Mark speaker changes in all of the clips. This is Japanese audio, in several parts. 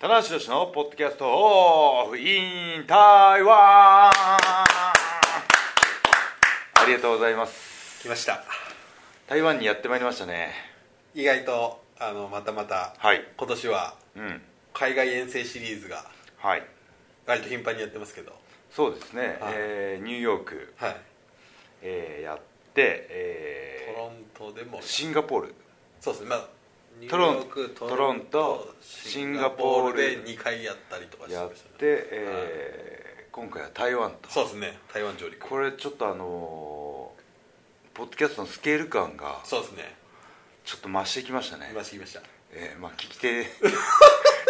Speaker 1: 棚橋宏のポッドキャストオフイン台湾ありがとうございます
Speaker 2: 来ました
Speaker 1: 台湾にやってまいりましたね
Speaker 2: 意外とあのまたまた、
Speaker 1: はい
Speaker 2: 今年は
Speaker 1: うん
Speaker 2: 海外遠征シリーズが
Speaker 1: はい
Speaker 2: 割と頻繁にやってますけど
Speaker 1: そうですね、
Speaker 2: はい
Speaker 1: えーニューヨーク、
Speaker 2: はい
Speaker 1: えーやって、
Speaker 2: ト
Speaker 1: え
Speaker 2: ロントでも
Speaker 1: ーシンガポール
Speaker 2: そうですねまあニュ
Speaker 1: ト
Speaker 2: ー
Speaker 1: ロン
Speaker 2: ヨーク
Speaker 1: トロント
Speaker 2: シンガポールで2回やったりとかして
Speaker 1: やっ
Speaker 2: ました
Speaker 1: て、
Speaker 2: ね
Speaker 1: えー今回は台湾と
Speaker 2: そうですね台湾上陸
Speaker 1: これちょっとあのーポッドキャストのスケール感が
Speaker 2: そうですね
Speaker 1: ちょっと増してきましたね
Speaker 2: 来ました来ました
Speaker 1: えーまあ聞き手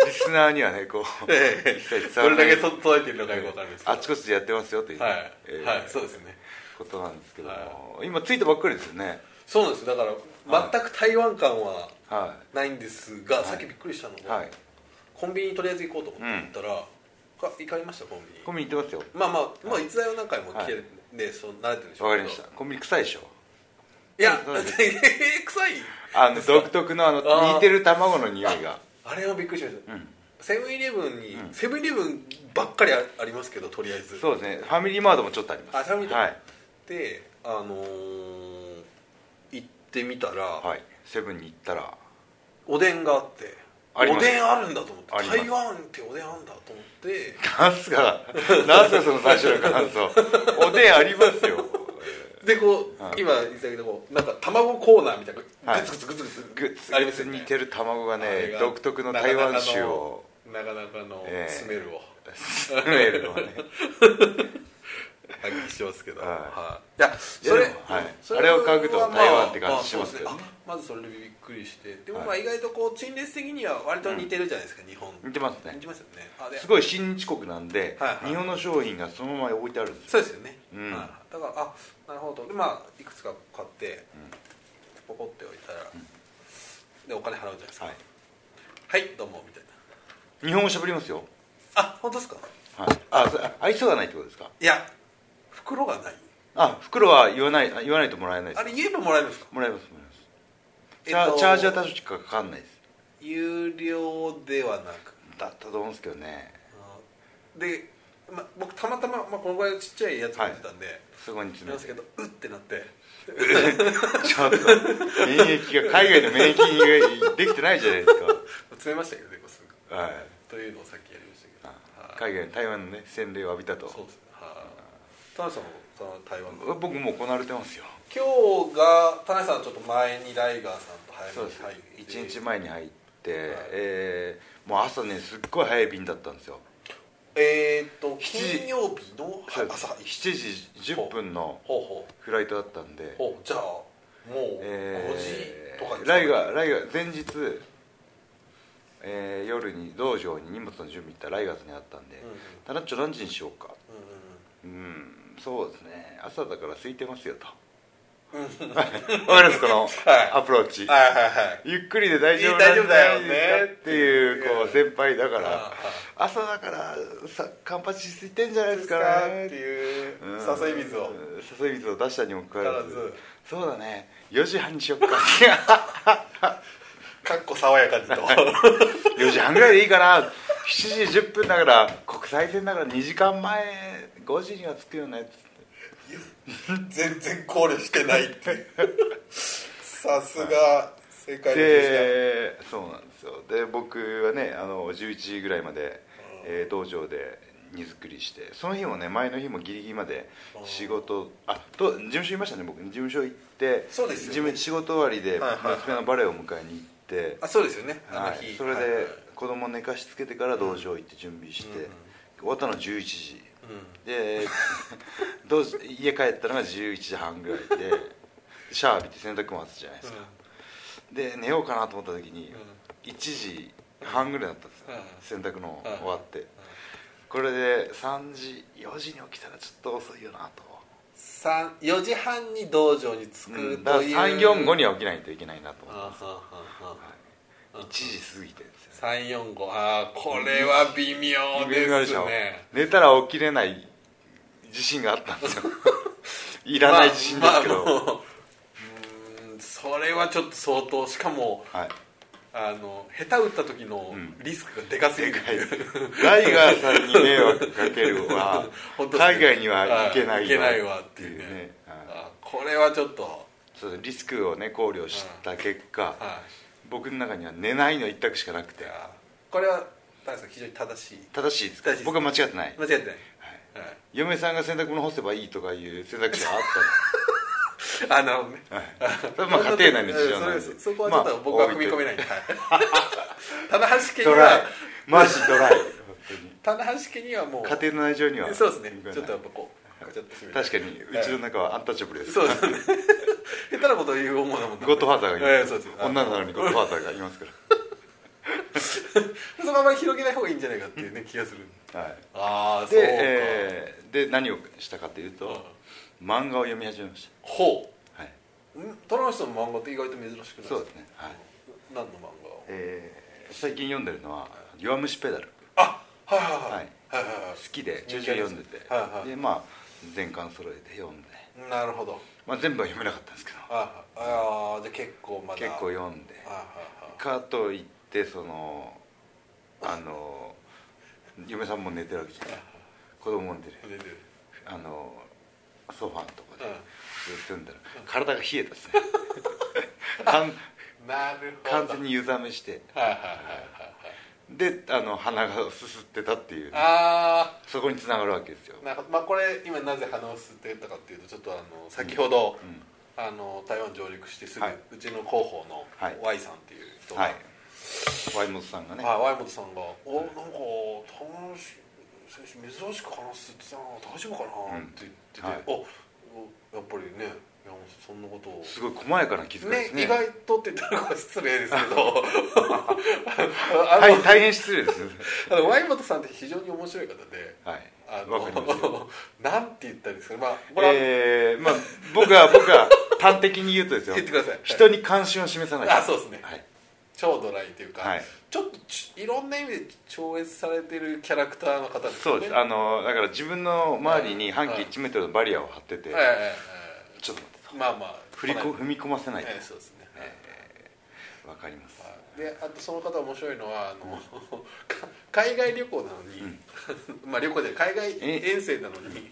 Speaker 1: リスナーにはねこう
Speaker 2: ええ
Speaker 1: 一切
Speaker 2: ど
Speaker 1: 伝わら
Speaker 2: れ
Speaker 1: ない
Speaker 2: だけと届いてるのかよくわかんないですけど
Speaker 1: あちこちでやってますよというね、
Speaker 2: はい、
Speaker 1: えー
Speaker 2: はいそうですね
Speaker 1: ことなんですけども、
Speaker 2: は
Speaker 1: 今ついたばっかりですよね
Speaker 2: そうなんですだから全く台湾感は
Speaker 1: は
Speaker 2: ないんですが、
Speaker 1: い
Speaker 2: さっきびっくりしたの
Speaker 1: い
Speaker 2: が、
Speaker 1: はい
Speaker 2: コンビニにとりあえず行こうと思って行ったら、か行かれましたコンビニ
Speaker 1: コンビニ行ってます
Speaker 2: まあまあ、まあ、逸材は何回も来てるんで、そう慣れてるんでし
Speaker 1: よ
Speaker 2: ょ
Speaker 1: わ
Speaker 2: う
Speaker 1: か
Speaker 2: け
Speaker 1: り
Speaker 2: ど
Speaker 1: ましたコンビニ臭いでしょ
Speaker 2: いや
Speaker 1: どうです
Speaker 2: 臭い
Speaker 1: あの独特のあの
Speaker 2: あー
Speaker 1: 似てる卵の匂いが
Speaker 2: あれはびっくりしました、
Speaker 1: うん
Speaker 2: セブンイレブンに、セブンイレブンばっかりあありますけどとりあえず
Speaker 1: そうですねファミリーマートもちょっとあります
Speaker 2: あファミリーマ
Speaker 1: は
Speaker 2: ー
Speaker 1: い、
Speaker 2: であのー行ってみたら、
Speaker 1: はい、セブンに行ったら
Speaker 2: おでんがあって
Speaker 1: あり
Speaker 2: お
Speaker 1: ます
Speaker 2: でんあるんだと思って
Speaker 1: あります
Speaker 2: 台湾っておでんあるんだと思って
Speaker 1: なんすかなんすかその最初の感想おでんありますよ
Speaker 2: でこう、
Speaker 1: はい
Speaker 2: 今言ったけどもなんか卵コーナーみたいな
Speaker 1: はい
Speaker 2: グツグツグツグツ
Speaker 1: グツ
Speaker 2: ありま
Speaker 1: グ
Speaker 2: す
Speaker 1: ツ
Speaker 2: よね
Speaker 1: 似てる卵が
Speaker 2: あれ
Speaker 1: ね
Speaker 2: が
Speaker 1: 独特の台湾酒を
Speaker 2: なかなかの
Speaker 1: ええ
Speaker 2: スメルを
Speaker 1: スメルをね
Speaker 2: 発揮してますけど、
Speaker 1: はい
Speaker 2: い、やそれ
Speaker 1: でもはい
Speaker 2: それ
Speaker 1: あれを嗅ぐと
Speaker 2: はまあ
Speaker 1: 台湾って感じしますけどね
Speaker 2: あそうですあまずそれでびっくりしてでも
Speaker 1: はい
Speaker 2: まあ意外とこう陳列的には割と似てるじゃないですか、日本
Speaker 1: 似てますね
Speaker 2: 似てますよねあです
Speaker 1: ごい親日国なんで、
Speaker 2: はいはい
Speaker 1: 日本の商品がそのまま置いてあるんですよ
Speaker 2: そうですよね、
Speaker 1: うん
Speaker 2: はいだからあなるほどでまあいくつか買って、ポコって置いたら、でお金払うじゃないですか
Speaker 1: は
Speaker 2: はいい、どうもみたいな
Speaker 1: 日本語しゃべりますよ、
Speaker 2: あ本当ですか
Speaker 1: はい、あそ愛想がないってことですか
Speaker 2: いや袋がない
Speaker 1: あ袋は言わないあ言わないともらえないで
Speaker 2: あ
Speaker 1: す
Speaker 2: れ言えばもらえるんですか
Speaker 1: もらえますもらえます
Speaker 2: え
Speaker 1: チ
Speaker 2: っ
Speaker 1: ャ,、
Speaker 2: と
Speaker 1: チャージは確かかかんないです
Speaker 2: 有料ではなく
Speaker 1: だったと思うんですけどね
Speaker 2: で、ま、僕たまたま、まあ、このぐらいのちっちゃいやつ持ってたんで、
Speaker 1: そこに
Speaker 2: い
Speaker 1: 詰
Speaker 2: ま
Speaker 1: め
Speaker 2: す
Speaker 1: て
Speaker 2: けどうってなって
Speaker 1: ちょっと免疫が海外の免疫ができてないじゃないです
Speaker 2: 詰めましたけどねこうすぐ
Speaker 1: か、はい、
Speaker 2: というのをさっきやりましたけどはい
Speaker 1: 海外の台湾のね洗礼を浴びたと
Speaker 2: そうですねはい田中さんもその台湾の
Speaker 1: 僕もうこなれてますよ
Speaker 2: 今日が田中さんちょっと前にライガーさんと早
Speaker 1: そう
Speaker 2: め
Speaker 1: で
Speaker 2: に
Speaker 1: す1
Speaker 2: 入って
Speaker 1: 日前に入って、
Speaker 2: い
Speaker 1: えーもう朝ねすっごい早い便だったんですよ
Speaker 2: えーっと
Speaker 1: 7時
Speaker 2: 金曜日のは
Speaker 1: そうです
Speaker 2: 朝一
Speaker 1: 7時10分の
Speaker 2: ほうほう
Speaker 1: フライトだったんで、
Speaker 2: ほうじゃあもう5
Speaker 1: え
Speaker 2: 時とか
Speaker 1: ー、ライガー
Speaker 2: ー
Speaker 1: ライガー前日、えー夜に道場に荷物の準備行ったらライガーズに会ったんで
Speaker 2: うんうん
Speaker 1: 「タナッチョ何時にしようか」
Speaker 2: うんうん
Speaker 1: うんそうですね朝だから空いてますよと
Speaker 2: うん
Speaker 1: わかりますこの
Speaker 2: はい
Speaker 1: アプローチ、
Speaker 2: はいはいはい
Speaker 1: ゆっくりで大丈夫
Speaker 2: 大丈夫だよね
Speaker 1: なんじゃないですかっていうこう先輩だか
Speaker 2: はい
Speaker 1: ら朝だからさカンパチついてんじゃないですか
Speaker 2: っていう誘い水を
Speaker 1: うん誘い水を出したにもかかわらず
Speaker 2: かからず
Speaker 1: そうだね4時半にしよっか
Speaker 2: かっこ爽やかにと
Speaker 1: 4時半ぐらいでいいかな7時10分だから国際線だから2時間前5時には着くよねっつって
Speaker 2: 全然考慮してないっていうさすが世界の女子
Speaker 1: でそうなんですよで僕はねあの11時ぐらいまで、えー道場で荷造りしてその日もね前の日もギリギリまで
Speaker 2: うん
Speaker 1: 仕事あと事務所いましたね僕事務所行って
Speaker 2: そうですよね
Speaker 1: 事務仕事終わりで
Speaker 2: はいはいはい
Speaker 1: 娘のバレエを迎えに行って、
Speaker 2: あそうですよねあ
Speaker 1: は
Speaker 2: の
Speaker 1: い、
Speaker 2: 日
Speaker 1: それで
Speaker 2: はいはい
Speaker 1: 子供寝かしつけてから道場行って準備して、
Speaker 2: うんうん
Speaker 1: 終わったの11時
Speaker 2: うん
Speaker 1: でどうし家帰ったのが11時半ぐらいでシャワー浴びて洗濯回すじゃないですか、で寝ようかなと思った時に、1時半ぐらいだったんですよ、洗濯の終わって、これで3時4時に起きたらちょっと遅いよなと、
Speaker 2: 三4時半に道場に
Speaker 1: う
Speaker 2: 着く
Speaker 1: んだか
Speaker 2: と
Speaker 1: ら
Speaker 2: いう
Speaker 1: 345には起きないといけないなと思って
Speaker 2: あははは
Speaker 1: 1時過ぎてるんですよ
Speaker 2: 345あーこれは微妙
Speaker 1: 微妙
Speaker 2: で
Speaker 1: ですしょ
Speaker 2: ね
Speaker 1: 寝たら起きれない自信があったん ですよいらない自信ですけど、
Speaker 2: まあまあもううーんそれはちょっと相当しかも
Speaker 1: はい
Speaker 2: あの下手打った時のリスクがでかすぎる、
Speaker 1: ライガーさんに迷惑かけるは
Speaker 2: 本当ですね
Speaker 1: 海外には行けないわ
Speaker 2: あいけないわっていうね
Speaker 1: はい
Speaker 2: あこれはちょっと、
Speaker 1: そうですリスクをね考慮した結果
Speaker 2: は
Speaker 1: 僕の中には寝ないの一択しかなく
Speaker 2: い、い
Speaker 1: て
Speaker 2: やこれは田中さん非常に正しい
Speaker 1: 正しいです
Speaker 2: 正しいです
Speaker 1: 僕は間違ってない
Speaker 2: 間違ってない、
Speaker 1: 嫁さんが洗濯物干せばいいとかいう選択肢はあっ
Speaker 2: はい、あなるほどね
Speaker 1: た んですそれは まあ家庭内の事情なんで
Speaker 2: そうですそこはちょっと僕は踏み込めないい、はい、 棚 橋家
Speaker 1: ド
Speaker 2: に
Speaker 1: ライ
Speaker 2: は
Speaker 1: マジドライ本
Speaker 2: 棚橋家にはもう
Speaker 1: 当に家庭の内情には
Speaker 2: そうですね
Speaker 1: 踏み込めない
Speaker 2: ちょっとやっぱこうガチャッと締めて
Speaker 1: 確かにうちの中はアンタッチャブルです
Speaker 2: そうですね下手なこと言う思うなもんな
Speaker 1: ゴッドファーザーが
Speaker 2: え
Speaker 1: い
Speaker 2: え
Speaker 1: ま
Speaker 2: そう
Speaker 1: す
Speaker 2: です
Speaker 1: 女なのにゴッドファーザーがいますか
Speaker 2: そのまま広げない方がいいんじゃないかっていうね気がする
Speaker 1: ら、 はい、
Speaker 2: ああそうか、
Speaker 1: で,、えーで何をしたかというと、漫画を読み始めまし
Speaker 2: ほ
Speaker 1: た、はい、
Speaker 2: う棚橋さんの漫画って意外と珍しくないですか
Speaker 1: そうですね、はい
Speaker 2: 何の漫画を
Speaker 1: えー最近読んでるのは「弱虫ペダル」
Speaker 2: あはい
Speaker 1: は
Speaker 2: はいいはいはいは
Speaker 1: 好
Speaker 2: い
Speaker 1: きで中々読んでて、
Speaker 2: はいはい
Speaker 1: でまあ全巻揃えて読んで、
Speaker 2: はいなるほど
Speaker 1: まあ、全部は読めなかったんですけど
Speaker 2: ああじゃあ結構まだ
Speaker 1: 結構読んで
Speaker 2: はいはいはい
Speaker 1: かといってそのあの嫁さんも寝てるわけじゃない子供も寝てる
Speaker 2: 出てる
Speaker 1: あのソファーのとこで
Speaker 2: うん
Speaker 1: ずっと読んだら体が冷えた ですね完
Speaker 2: なるほど
Speaker 1: 完全に湯冷めして
Speaker 2: はいはいはいはいはい
Speaker 1: であの鼻がすすってたっていうね、
Speaker 2: あ
Speaker 1: そこに繋がるわけですよ
Speaker 2: あなるほどまあこれ今なぜ鼻を吸ってたかっていうとちょっとあの先ほど、
Speaker 1: うん
Speaker 2: あの台湾上陸してすぐ、
Speaker 1: はいう
Speaker 2: ちの広報の
Speaker 1: はい
Speaker 2: Y さんっていう人が、
Speaker 1: はいワイモトさんがね
Speaker 2: はい、ワイモトさんが「おなんか楽し選手珍しく話すって言ってたな大丈夫かな?」
Speaker 1: うん
Speaker 2: って言ってて、
Speaker 1: はい
Speaker 2: おおやっぱりね山本さんそんなことを。
Speaker 1: すごい細やかな気遣いですね
Speaker 2: ね、意外とって言ったら失礼ですけど あの,、
Speaker 1: はい大変失礼ですね
Speaker 2: あのワイモトさんって非常に面白い方で
Speaker 1: はい
Speaker 2: あの
Speaker 1: わかり ますよ
Speaker 2: なんて言ったらいいですかねまあこれは、
Speaker 1: えー、まあ僕は僕は端的に言うとですよ
Speaker 2: 言ってください
Speaker 1: 人に関心を示さない
Speaker 2: あそうですね
Speaker 1: はい
Speaker 2: 超ドライというか、
Speaker 1: はい
Speaker 2: ちょっとちいろんな意味で超越されてるキャラクターの方ですよね
Speaker 1: そうですあのだから自分の周りに半径1メートルのバリアを張ってて、
Speaker 2: はいはいはいは
Speaker 1: ちょっと待って
Speaker 2: いまあまあ
Speaker 1: 振りこ
Speaker 2: こ
Speaker 1: 踏み込ませな
Speaker 2: ないい
Speaker 1: わ、
Speaker 2: ええそうですね、
Speaker 1: かります
Speaker 2: はいであとその方面白いのはあの、 か海外旅行なのに、 まあ旅行で海外
Speaker 1: え
Speaker 2: 遠征なのに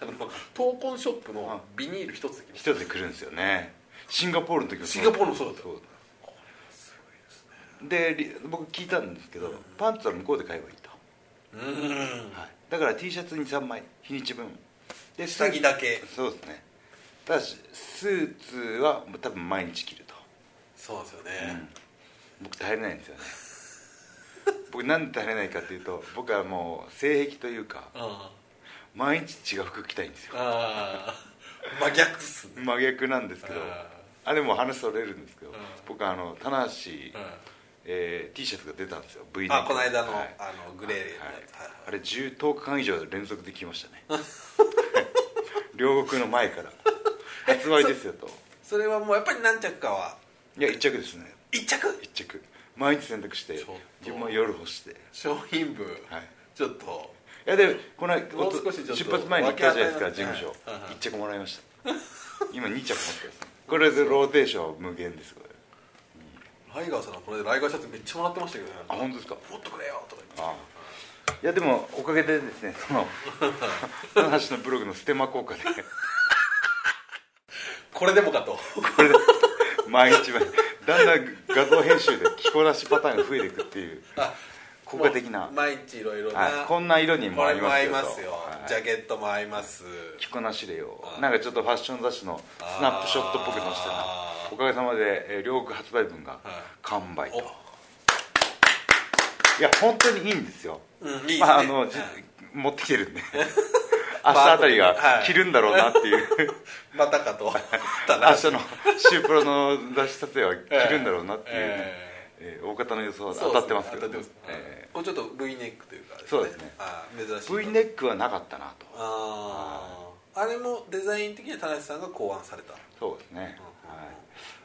Speaker 2: あの闘魂ショップのビニール一つだけ
Speaker 1: 一人で来るんですよねシンガポールの時も
Speaker 2: シンガポールもそうだった
Speaker 1: そうでり僕聞いたんですけど、パンツは向こうで買えばいいと、
Speaker 2: うーん
Speaker 1: はい、だから T シャツ23枚日にち分で
Speaker 2: 下着だけ
Speaker 1: そうですねただしスーツは多分毎日着ると、
Speaker 2: そうですよね、
Speaker 1: 僕耐えれないんですよ ね僕なんで耐えれないかっていうと僕はもう性癖というか
Speaker 2: あ
Speaker 1: 毎日違う服着たいんですよ
Speaker 2: あー真逆っすね
Speaker 1: 真逆なんですけど
Speaker 2: あ
Speaker 1: あでも話それるんですけど、
Speaker 2: うん
Speaker 1: 僕あの棚橋、
Speaker 2: うん
Speaker 1: えー T シャツが出たんですよ V
Speaker 2: あこの間の,、
Speaker 1: はい
Speaker 2: あのグレーのやつ、
Speaker 1: はい
Speaker 2: はい
Speaker 1: あれ 10, 10日間以上連続で着ましたね 両国の前から発売ですよと
Speaker 2: それはもうやっぱり何着かはい
Speaker 1: や1着ですね
Speaker 2: 一着
Speaker 1: 1着毎日洗濯して
Speaker 2: ちょっと
Speaker 1: 自分も夜干して
Speaker 2: 商品部、
Speaker 1: はい
Speaker 2: ちょっと
Speaker 1: いやでこの
Speaker 2: もう少しちょっと
Speaker 1: 出発前に行ったじゃないですか事務所、
Speaker 2: 分け与えますねはいはいはい
Speaker 1: 1着もらいました今2着持ってますこれでローテーションは無限ですこれ
Speaker 2: ライガーさんのこれでライガーシャツめっちゃもらってましたけどね
Speaker 1: あ本当ですか
Speaker 2: もっとくれよとか言って
Speaker 1: あいやでもおかげでですね その棚橋のブログのステマ効果で
Speaker 2: これでもかと
Speaker 1: これで毎日毎日だんだん画像編集で着こなしパターンが増えていくっていう
Speaker 2: あ
Speaker 1: 効果的な
Speaker 2: もう毎日いろいろな、
Speaker 1: はいこんな色にも
Speaker 2: こ
Speaker 1: 合
Speaker 2: れ
Speaker 1: い
Speaker 2: も
Speaker 1: ま
Speaker 2: 合
Speaker 1: す
Speaker 2: い
Speaker 1: よと
Speaker 2: ますよ、
Speaker 1: はい
Speaker 2: ジャケットも合います
Speaker 1: 着こなしでよ
Speaker 2: あ
Speaker 1: なんかちょっとファッション雑誌のスナップショットっぽく出してた
Speaker 2: あー
Speaker 1: おかげさまで、えー両国発売分が完売と、い、や本当にいいんですよ
Speaker 2: うんいいですね、
Speaker 1: まああの
Speaker 2: うん
Speaker 1: じ持ってきてる んで明日あたりが着るんだろうなっていう、
Speaker 2: また かとた
Speaker 1: 明
Speaker 2: だ
Speaker 1: 日のシュープロの雑誌撮影は着るんだろうなっていう、ね
Speaker 2: え
Speaker 1: えー大方の予想
Speaker 2: ー
Speaker 1: は当たってますけど、
Speaker 2: そうですね当たってます
Speaker 1: え
Speaker 2: これちょっと V ネックというか、
Speaker 1: そうですね
Speaker 2: あー珍しい
Speaker 1: ー V ネックはなかったなと
Speaker 2: あああれもデザイン的には田中さんが考案された
Speaker 1: そうですね、
Speaker 2: うん
Speaker 1: はい、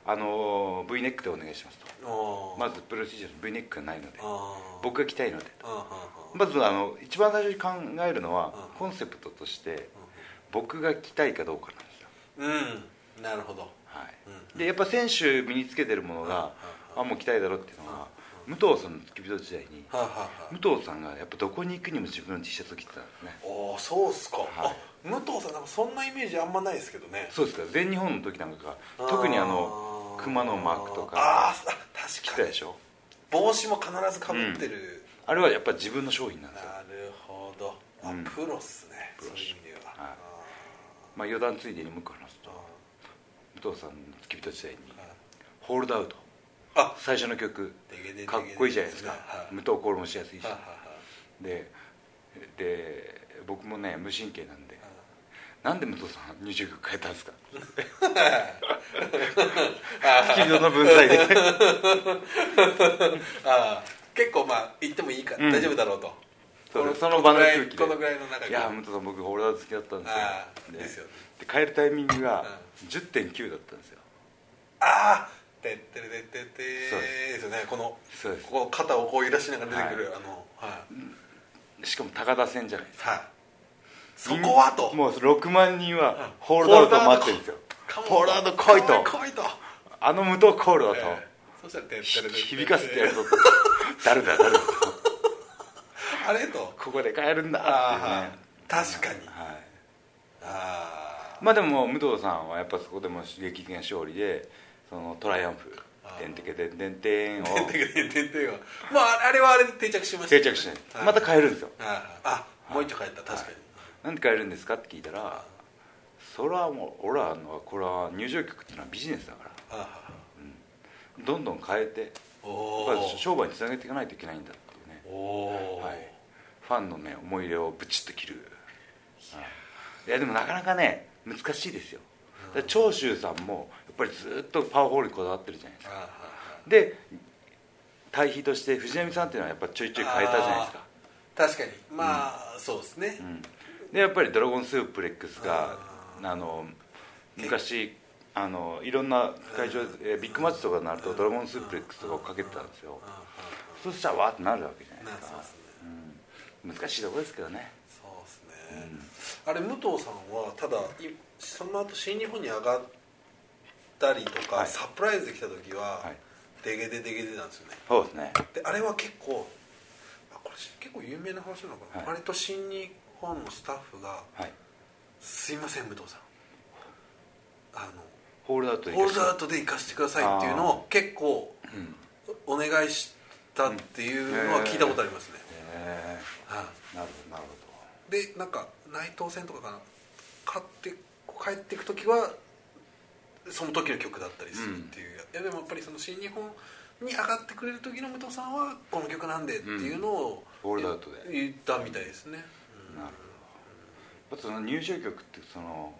Speaker 1: あのー V ネックでお願いしますと
Speaker 2: あ
Speaker 1: まずプロシージャーの V ネックがないので
Speaker 2: あ
Speaker 1: 僕が着たいので
Speaker 2: ああ
Speaker 1: まずあの一番最初に考えるのは
Speaker 2: うん
Speaker 1: コンセプトとして僕が着たいかどうかなんですよ、
Speaker 2: うんなるほど
Speaker 1: はい、
Speaker 2: うん
Speaker 1: でやっぱ選手身につけてるものが
Speaker 2: う
Speaker 1: あもう来たいだろっていうのは武藤さんの付き人時代に
Speaker 2: はいはいはい
Speaker 1: 武藤さんがやっぱどこに行くにも自分の T シャツを着てたんですね
Speaker 2: おおそうっすか、
Speaker 1: はい
Speaker 2: あ武藤さんなんかそんなイメージあんまないですけどね
Speaker 1: そうですか全日本の時なんかが特にあの熊のマークとか
Speaker 2: あーあ
Speaker 1: 着て
Speaker 2: 確
Speaker 1: た
Speaker 2: か
Speaker 1: で
Speaker 2: に
Speaker 1: しょ
Speaker 2: 帽子も必ずかぶってる、
Speaker 1: あれはやっぱ自分の商品なんですよ
Speaker 2: なるほどあ、
Speaker 1: うん
Speaker 2: プロっすね
Speaker 1: プロっ
Speaker 2: そう
Speaker 1: す
Speaker 2: いう意味では、
Speaker 1: はいまあ余談ついでにもう一個話す
Speaker 2: あー
Speaker 1: と武藤さんの付き人時代に
Speaker 2: はい
Speaker 1: 「ホールドアウト」
Speaker 2: あ
Speaker 1: 最初の曲
Speaker 2: デゲデゲデゲ
Speaker 1: かっこいいじゃないですか
Speaker 2: はい
Speaker 1: 武藤コールもしやすいし
Speaker 2: はいはい
Speaker 1: でで僕もね無神経なんで
Speaker 2: はい
Speaker 1: なんで武藤さん入場曲変えたんです か
Speaker 2: あ
Speaker 1: 付き人の分際 で
Speaker 2: ーあー結構まあ言ってもいいから、
Speaker 1: うん
Speaker 2: 大丈夫だろうと
Speaker 1: そ
Speaker 2: こ
Speaker 1: のその場の空気で
Speaker 2: このぐらいこのぐらいの中で
Speaker 1: いや武藤さん僕ホールドアウト好きだったんですよ
Speaker 2: あー
Speaker 1: で
Speaker 2: ですよね
Speaker 1: で帰るタイミングが10.9だったんですよ
Speaker 2: ああてってれてってって
Speaker 1: そう
Speaker 2: ですよねこの
Speaker 1: そうです
Speaker 2: ここの肩をこう揺らしながら出てくる、
Speaker 1: は
Speaker 2: あのはい、
Speaker 1: しかも高田線じゃないですか
Speaker 2: はい、そこはと
Speaker 1: もう6万人
Speaker 2: うん
Speaker 1: はホールドアウトを待ってるんですよ
Speaker 2: カモン
Speaker 1: ホールドアウト来いと
Speaker 2: カモン来いと
Speaker 1: あの無糖コールだと
Speaker 2: ええそしたらてってれてって
Speaker 1: ひ響かせてやるぞと誰だ誰だと
Speaker 2: あれと
Speaker 1: ここで帰るんだって
Speaker 2: あ
Speaker 1: い
Speaker 2: ー
Speaker 1: う
Speaker 2: はい
Speaker 1: ね
Speaker 2: 確かに
Speaker 1: はい
Speaker 2: あ
Speaker 1: まあでも武藤さんはやっぱそこでも刺激的な勝利でそのトライアンフ「てんてけてんてんてん」を
Speaker 2: あてってれてってってはまああれはあれで定着しました
Speaker 1: 定
Speaker 2: ね
Speaker 1: 着しない
Speaker 2: はい
Speaker 1: また変えるんですよ
Speaker 2: あああもう一丁帰った確かに、
Speaker 1: なんで変えるんですかって聞いたらそれはもう俺らのこれは入場曲っていうのはビジネスだから
Speaker 2: あ
Speaker 1: どんどん変えて
Speaker 2: あお
Speaker 1: やっぱり商売につなげていかないといけないんだっていうね
Speaker 2: おおー、
Speaker 1: はい、ファンのね思い入れをブチッと切るはいいやでもなかなかね難しいですよだから長州さんもやっぱりずっとパワーホールにこだわってるじゃないです
Speaker 2: あ
Speaker 1: か
Speaker 2: ああ
Speaker 1: で対比として藤波さんっていうのはやっぱちょいちょい変えたじゃないですか
Speaker 2: 確かにまあ、そうですね、
Speaker 1: うんでやっぱり「ドラゴンスープレックスが」
Speaker 2: あ
Speaker 1: あの昔あのいろんな会場でえービッグマッチとかになると「ドラゴンスープレックス」とかをかけてたんですよ
Speaker 2: ああ
Speaker 1: そしたらわーってなるわけじゃない
Speaker 2: な
Speaker 1: で
Speaker 2: あ
Speaker 1: す
Speaker 2: そう
Speaker 1: か
Speaker 2: ですね
Speaker 1: うん難しいとこですけどね
Speaker 2: そうですね、あれ武藤さんはただいその後新日本に上がったりとか、
Speaker 1: はい
Speaker 2: サプライズで来た時は、
Speaker 1: はい
Speaker 2: デゲデデゲデなんですよね
Speaker 1: そうですね
Speaker 2: であれは結構あこれし結構有名な話なのかな、
Speaker 1: はい
Speaker 2: 割と新日本のスタッフが
Speaker 1: はい
Speaker 2: 「すいません武藤さんあ
Speaker 1: ホールドアウト
Speaker 2: の
Speaker 1: で
Speaker 2: ホールドア
Speaker 1: か
Speaker 2: ウトで行かせてください」っていうのを結構
Speaker 1: してうん
Speaker 2: おお願いしたっていうのは聞いたことありますね、
Speaker 1: へ
Speaker 2: はい
Speaker 1: ーなるほどなる
Speaker 2: でなんか内藤戦とかかな勝って帰っていく時はその時の曲だったりするっていう、いやでもやっぱりその新日本に上がってくれる時の武藤さんはこの曲なんでっていうのを、
Speaker 1: うんオールアウトで
Speaker 2: 言ったみたいですね、うん
Speaker 1: なるほどあとその入場曲ってその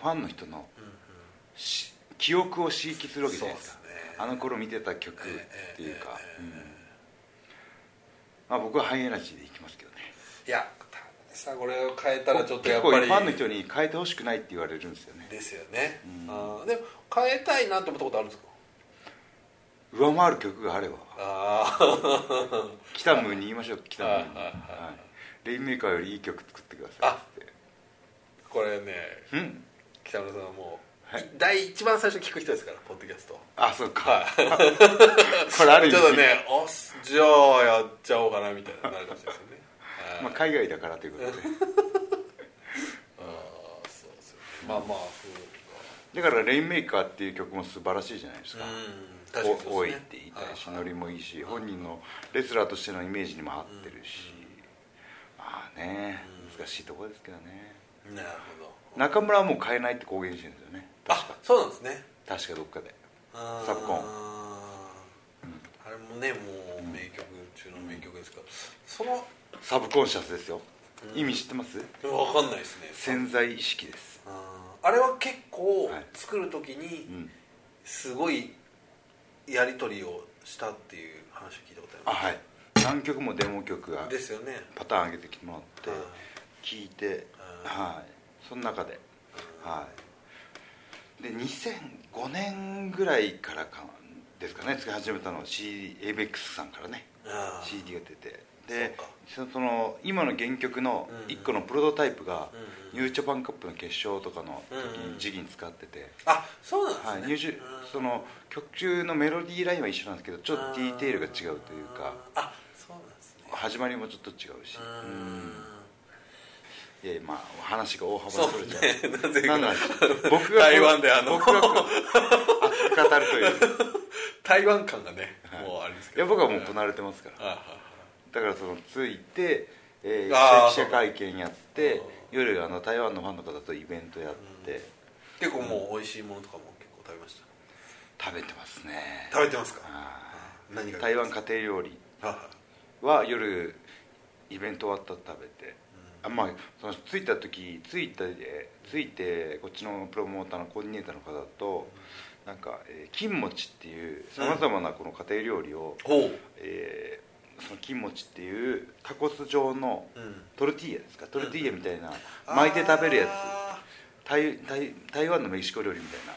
Speaker 1: ファンの人の
Speaker 2: うんうん
Speaker 1: し記憶を刺激するわけじゃないですか
Speaker 2: そうですね
Speaker 1: あの頃見てた曲っていうか、
Speaker 2: ええええええ
Speaker 1: うんまあ、僕はハイエナジーでいきますけどね
Speaker 2: いやたださこれを変えたらちょっとやっぱ
Speaker 1: 結
Speaker 2: り
Speaker 1: 構ファンの人に変えてほしくないって言われるんですよね
Speaker 2: ですよね、
Speaker 1: うん
Speaker 2: あーでも変えたいなと思ったことある んですか
Speaker 1: 上回る曲があれば
Speaker 2: ああ
Speaker 1: キタムーに言いましょうキタムーに、
Speaker 2: はいはいはい
Speaker 1: はい、レインメーカーよりいい曲作ってくださいって
Speaker 2: これね
Speaker 1: うん
Speaker 2: 北村さんはもう、
Speaker 1: はい
Speaker 2: 第一番最初に聞く人ですからポッドキャスト
Speaker 1: あそうか、
Speaker 2: は
Speaker 1: これある意
Speaker 2: ち
Speaker 1: 味
Speaker 2: ょっとねおっすじゃあやっちゃおうかなみたいななるかもしれないですよね
Speaker 1: まあ、海外だからということで
Speaker 2: ああそうですよねまあまあそ
Speaker 1: だ
Speaker 2: う
Speaker 1: から「レインメーカー」っていう曲も素晴らしいじゃないですか
Speaker 2: かうん確かにそうですね
Speaker 1: 多いって言いたいしノリもいいし本人のレスラーとしてのイメージにも合ってるしまあね難しいところですけどね
Speaker 2: なるほど
Speaker 1: 中村はもう変えないって公言してるんですよね確か
Speaker 2: あそうなんですね
Speaker 1: 確かどっかで
Speaker 2: あー
Speaker 1: サブコン
Speaker 2: あれもねもう名曲中の名曲ですからその
Speaker 1: サブコンシャスですよ意味知ってます
Speaker 2: 分かんないですね
Speaker 1: 潜在意識です
Speaker 2: あーあれは結構
Speaker 1: はい
Speaker 2: 作る時に
Speaker 1: うん
Speaker 2: すごいやり取りをしたっていう話を聞いたことあり
Speaker 1: あ
Speaker 2: ます
Speaker 1: はい何曲もデモ曲が
Speaker 2: ですよね
Speaker 1: パターン上げてきてもらっ
Speaker 2: はい
Speaker 1: て聞いてはいその中ではいで2005年ぐらいからかですかね作り始めたのは ABEX さんからね
Speaker 2: あー
Speaker 1: CD が出てで
Speaker 2: そうか
Speaker 1: その今の原曲の
Speaker 2: うんうん
Speaker 1: 1個のプロトタイプが
Speaker 2: うんうん
Speaker 1: ニュージャパンカップの決勝とかの時
Speaker 2: うんう
Speaker 1: に
Speaker 2: ん
Speaker 1: ジギに使ってて、
Speaker 2: あそうなんですね、
Speaker 1: はい、ニュージュ
Speaker 2: うん
Speaker 1: その曲中のメロディーラインは一緒なんですけどちょっとディテールが違うというか
Speaker 2: あーあそうなんですね
Speaker 1: 始まりもちょっと違うし
Speaker 2: う
Speaker 1: うん
Speaker 2: ん
Speaker 1: いやいやまあ話が大幅
Speaker 2: そ
Speaker 1: に
Speaker 2: う
Speaker 1: それ
Speaker 2: ね
Speaker 1: ちゃう
Speaker 2: なぜ
Speaker 1: なんな
Speaker 2: か
Speaker 1: んです僕が
Speaker 2: 台湾であの
Speaker 1: 僕がこう熱く語るという
Speaker 2: 台湾感がね、
Speaker 1: はい
Speaker 2: もうあれですけ
Speaker 1: い
Speaker 2: ど
Speaker 1: や僕はもうこなれてますから
Speaker 2: あは
Speaker 1: だからそのついて、えー
Speaker 2: あー
Speaker 1: 記者記者会見やって
Speaker 2: そう
Speaker 1: 夜あの台湾のファンの方とイベントやって、
Speaker 2: うん結構もう美味しいものとかも結構食べました
Speaker 1: 食べてますね
Speaker 2: 食べてますか
Speaker 1: は
Speaker 2: 何
Speaker 1: い
Speaker 2: が
Speaker 1: 台湾家庭料理
Speaker 2: はいはい
Speaker 1: は夜イベント終わったら食べて
Speaker 2: う
Speaker 1: あまあその着いた時着いたで着いてこっちのプロモーターのコーディネーターの方となんか、えー金餅っていうさまざまなこの家庭料理を、
Speaker 2: ほう
Speaker 1: えーその金餅っていうタコス状の
Speaker 2: うん
Speaker 1: トルティーヤですかトルティーヤみたいな巻いて食べるやつ
Speaker 2: あ
Speaker 1: 台台台湾のメキシコ料理みたいな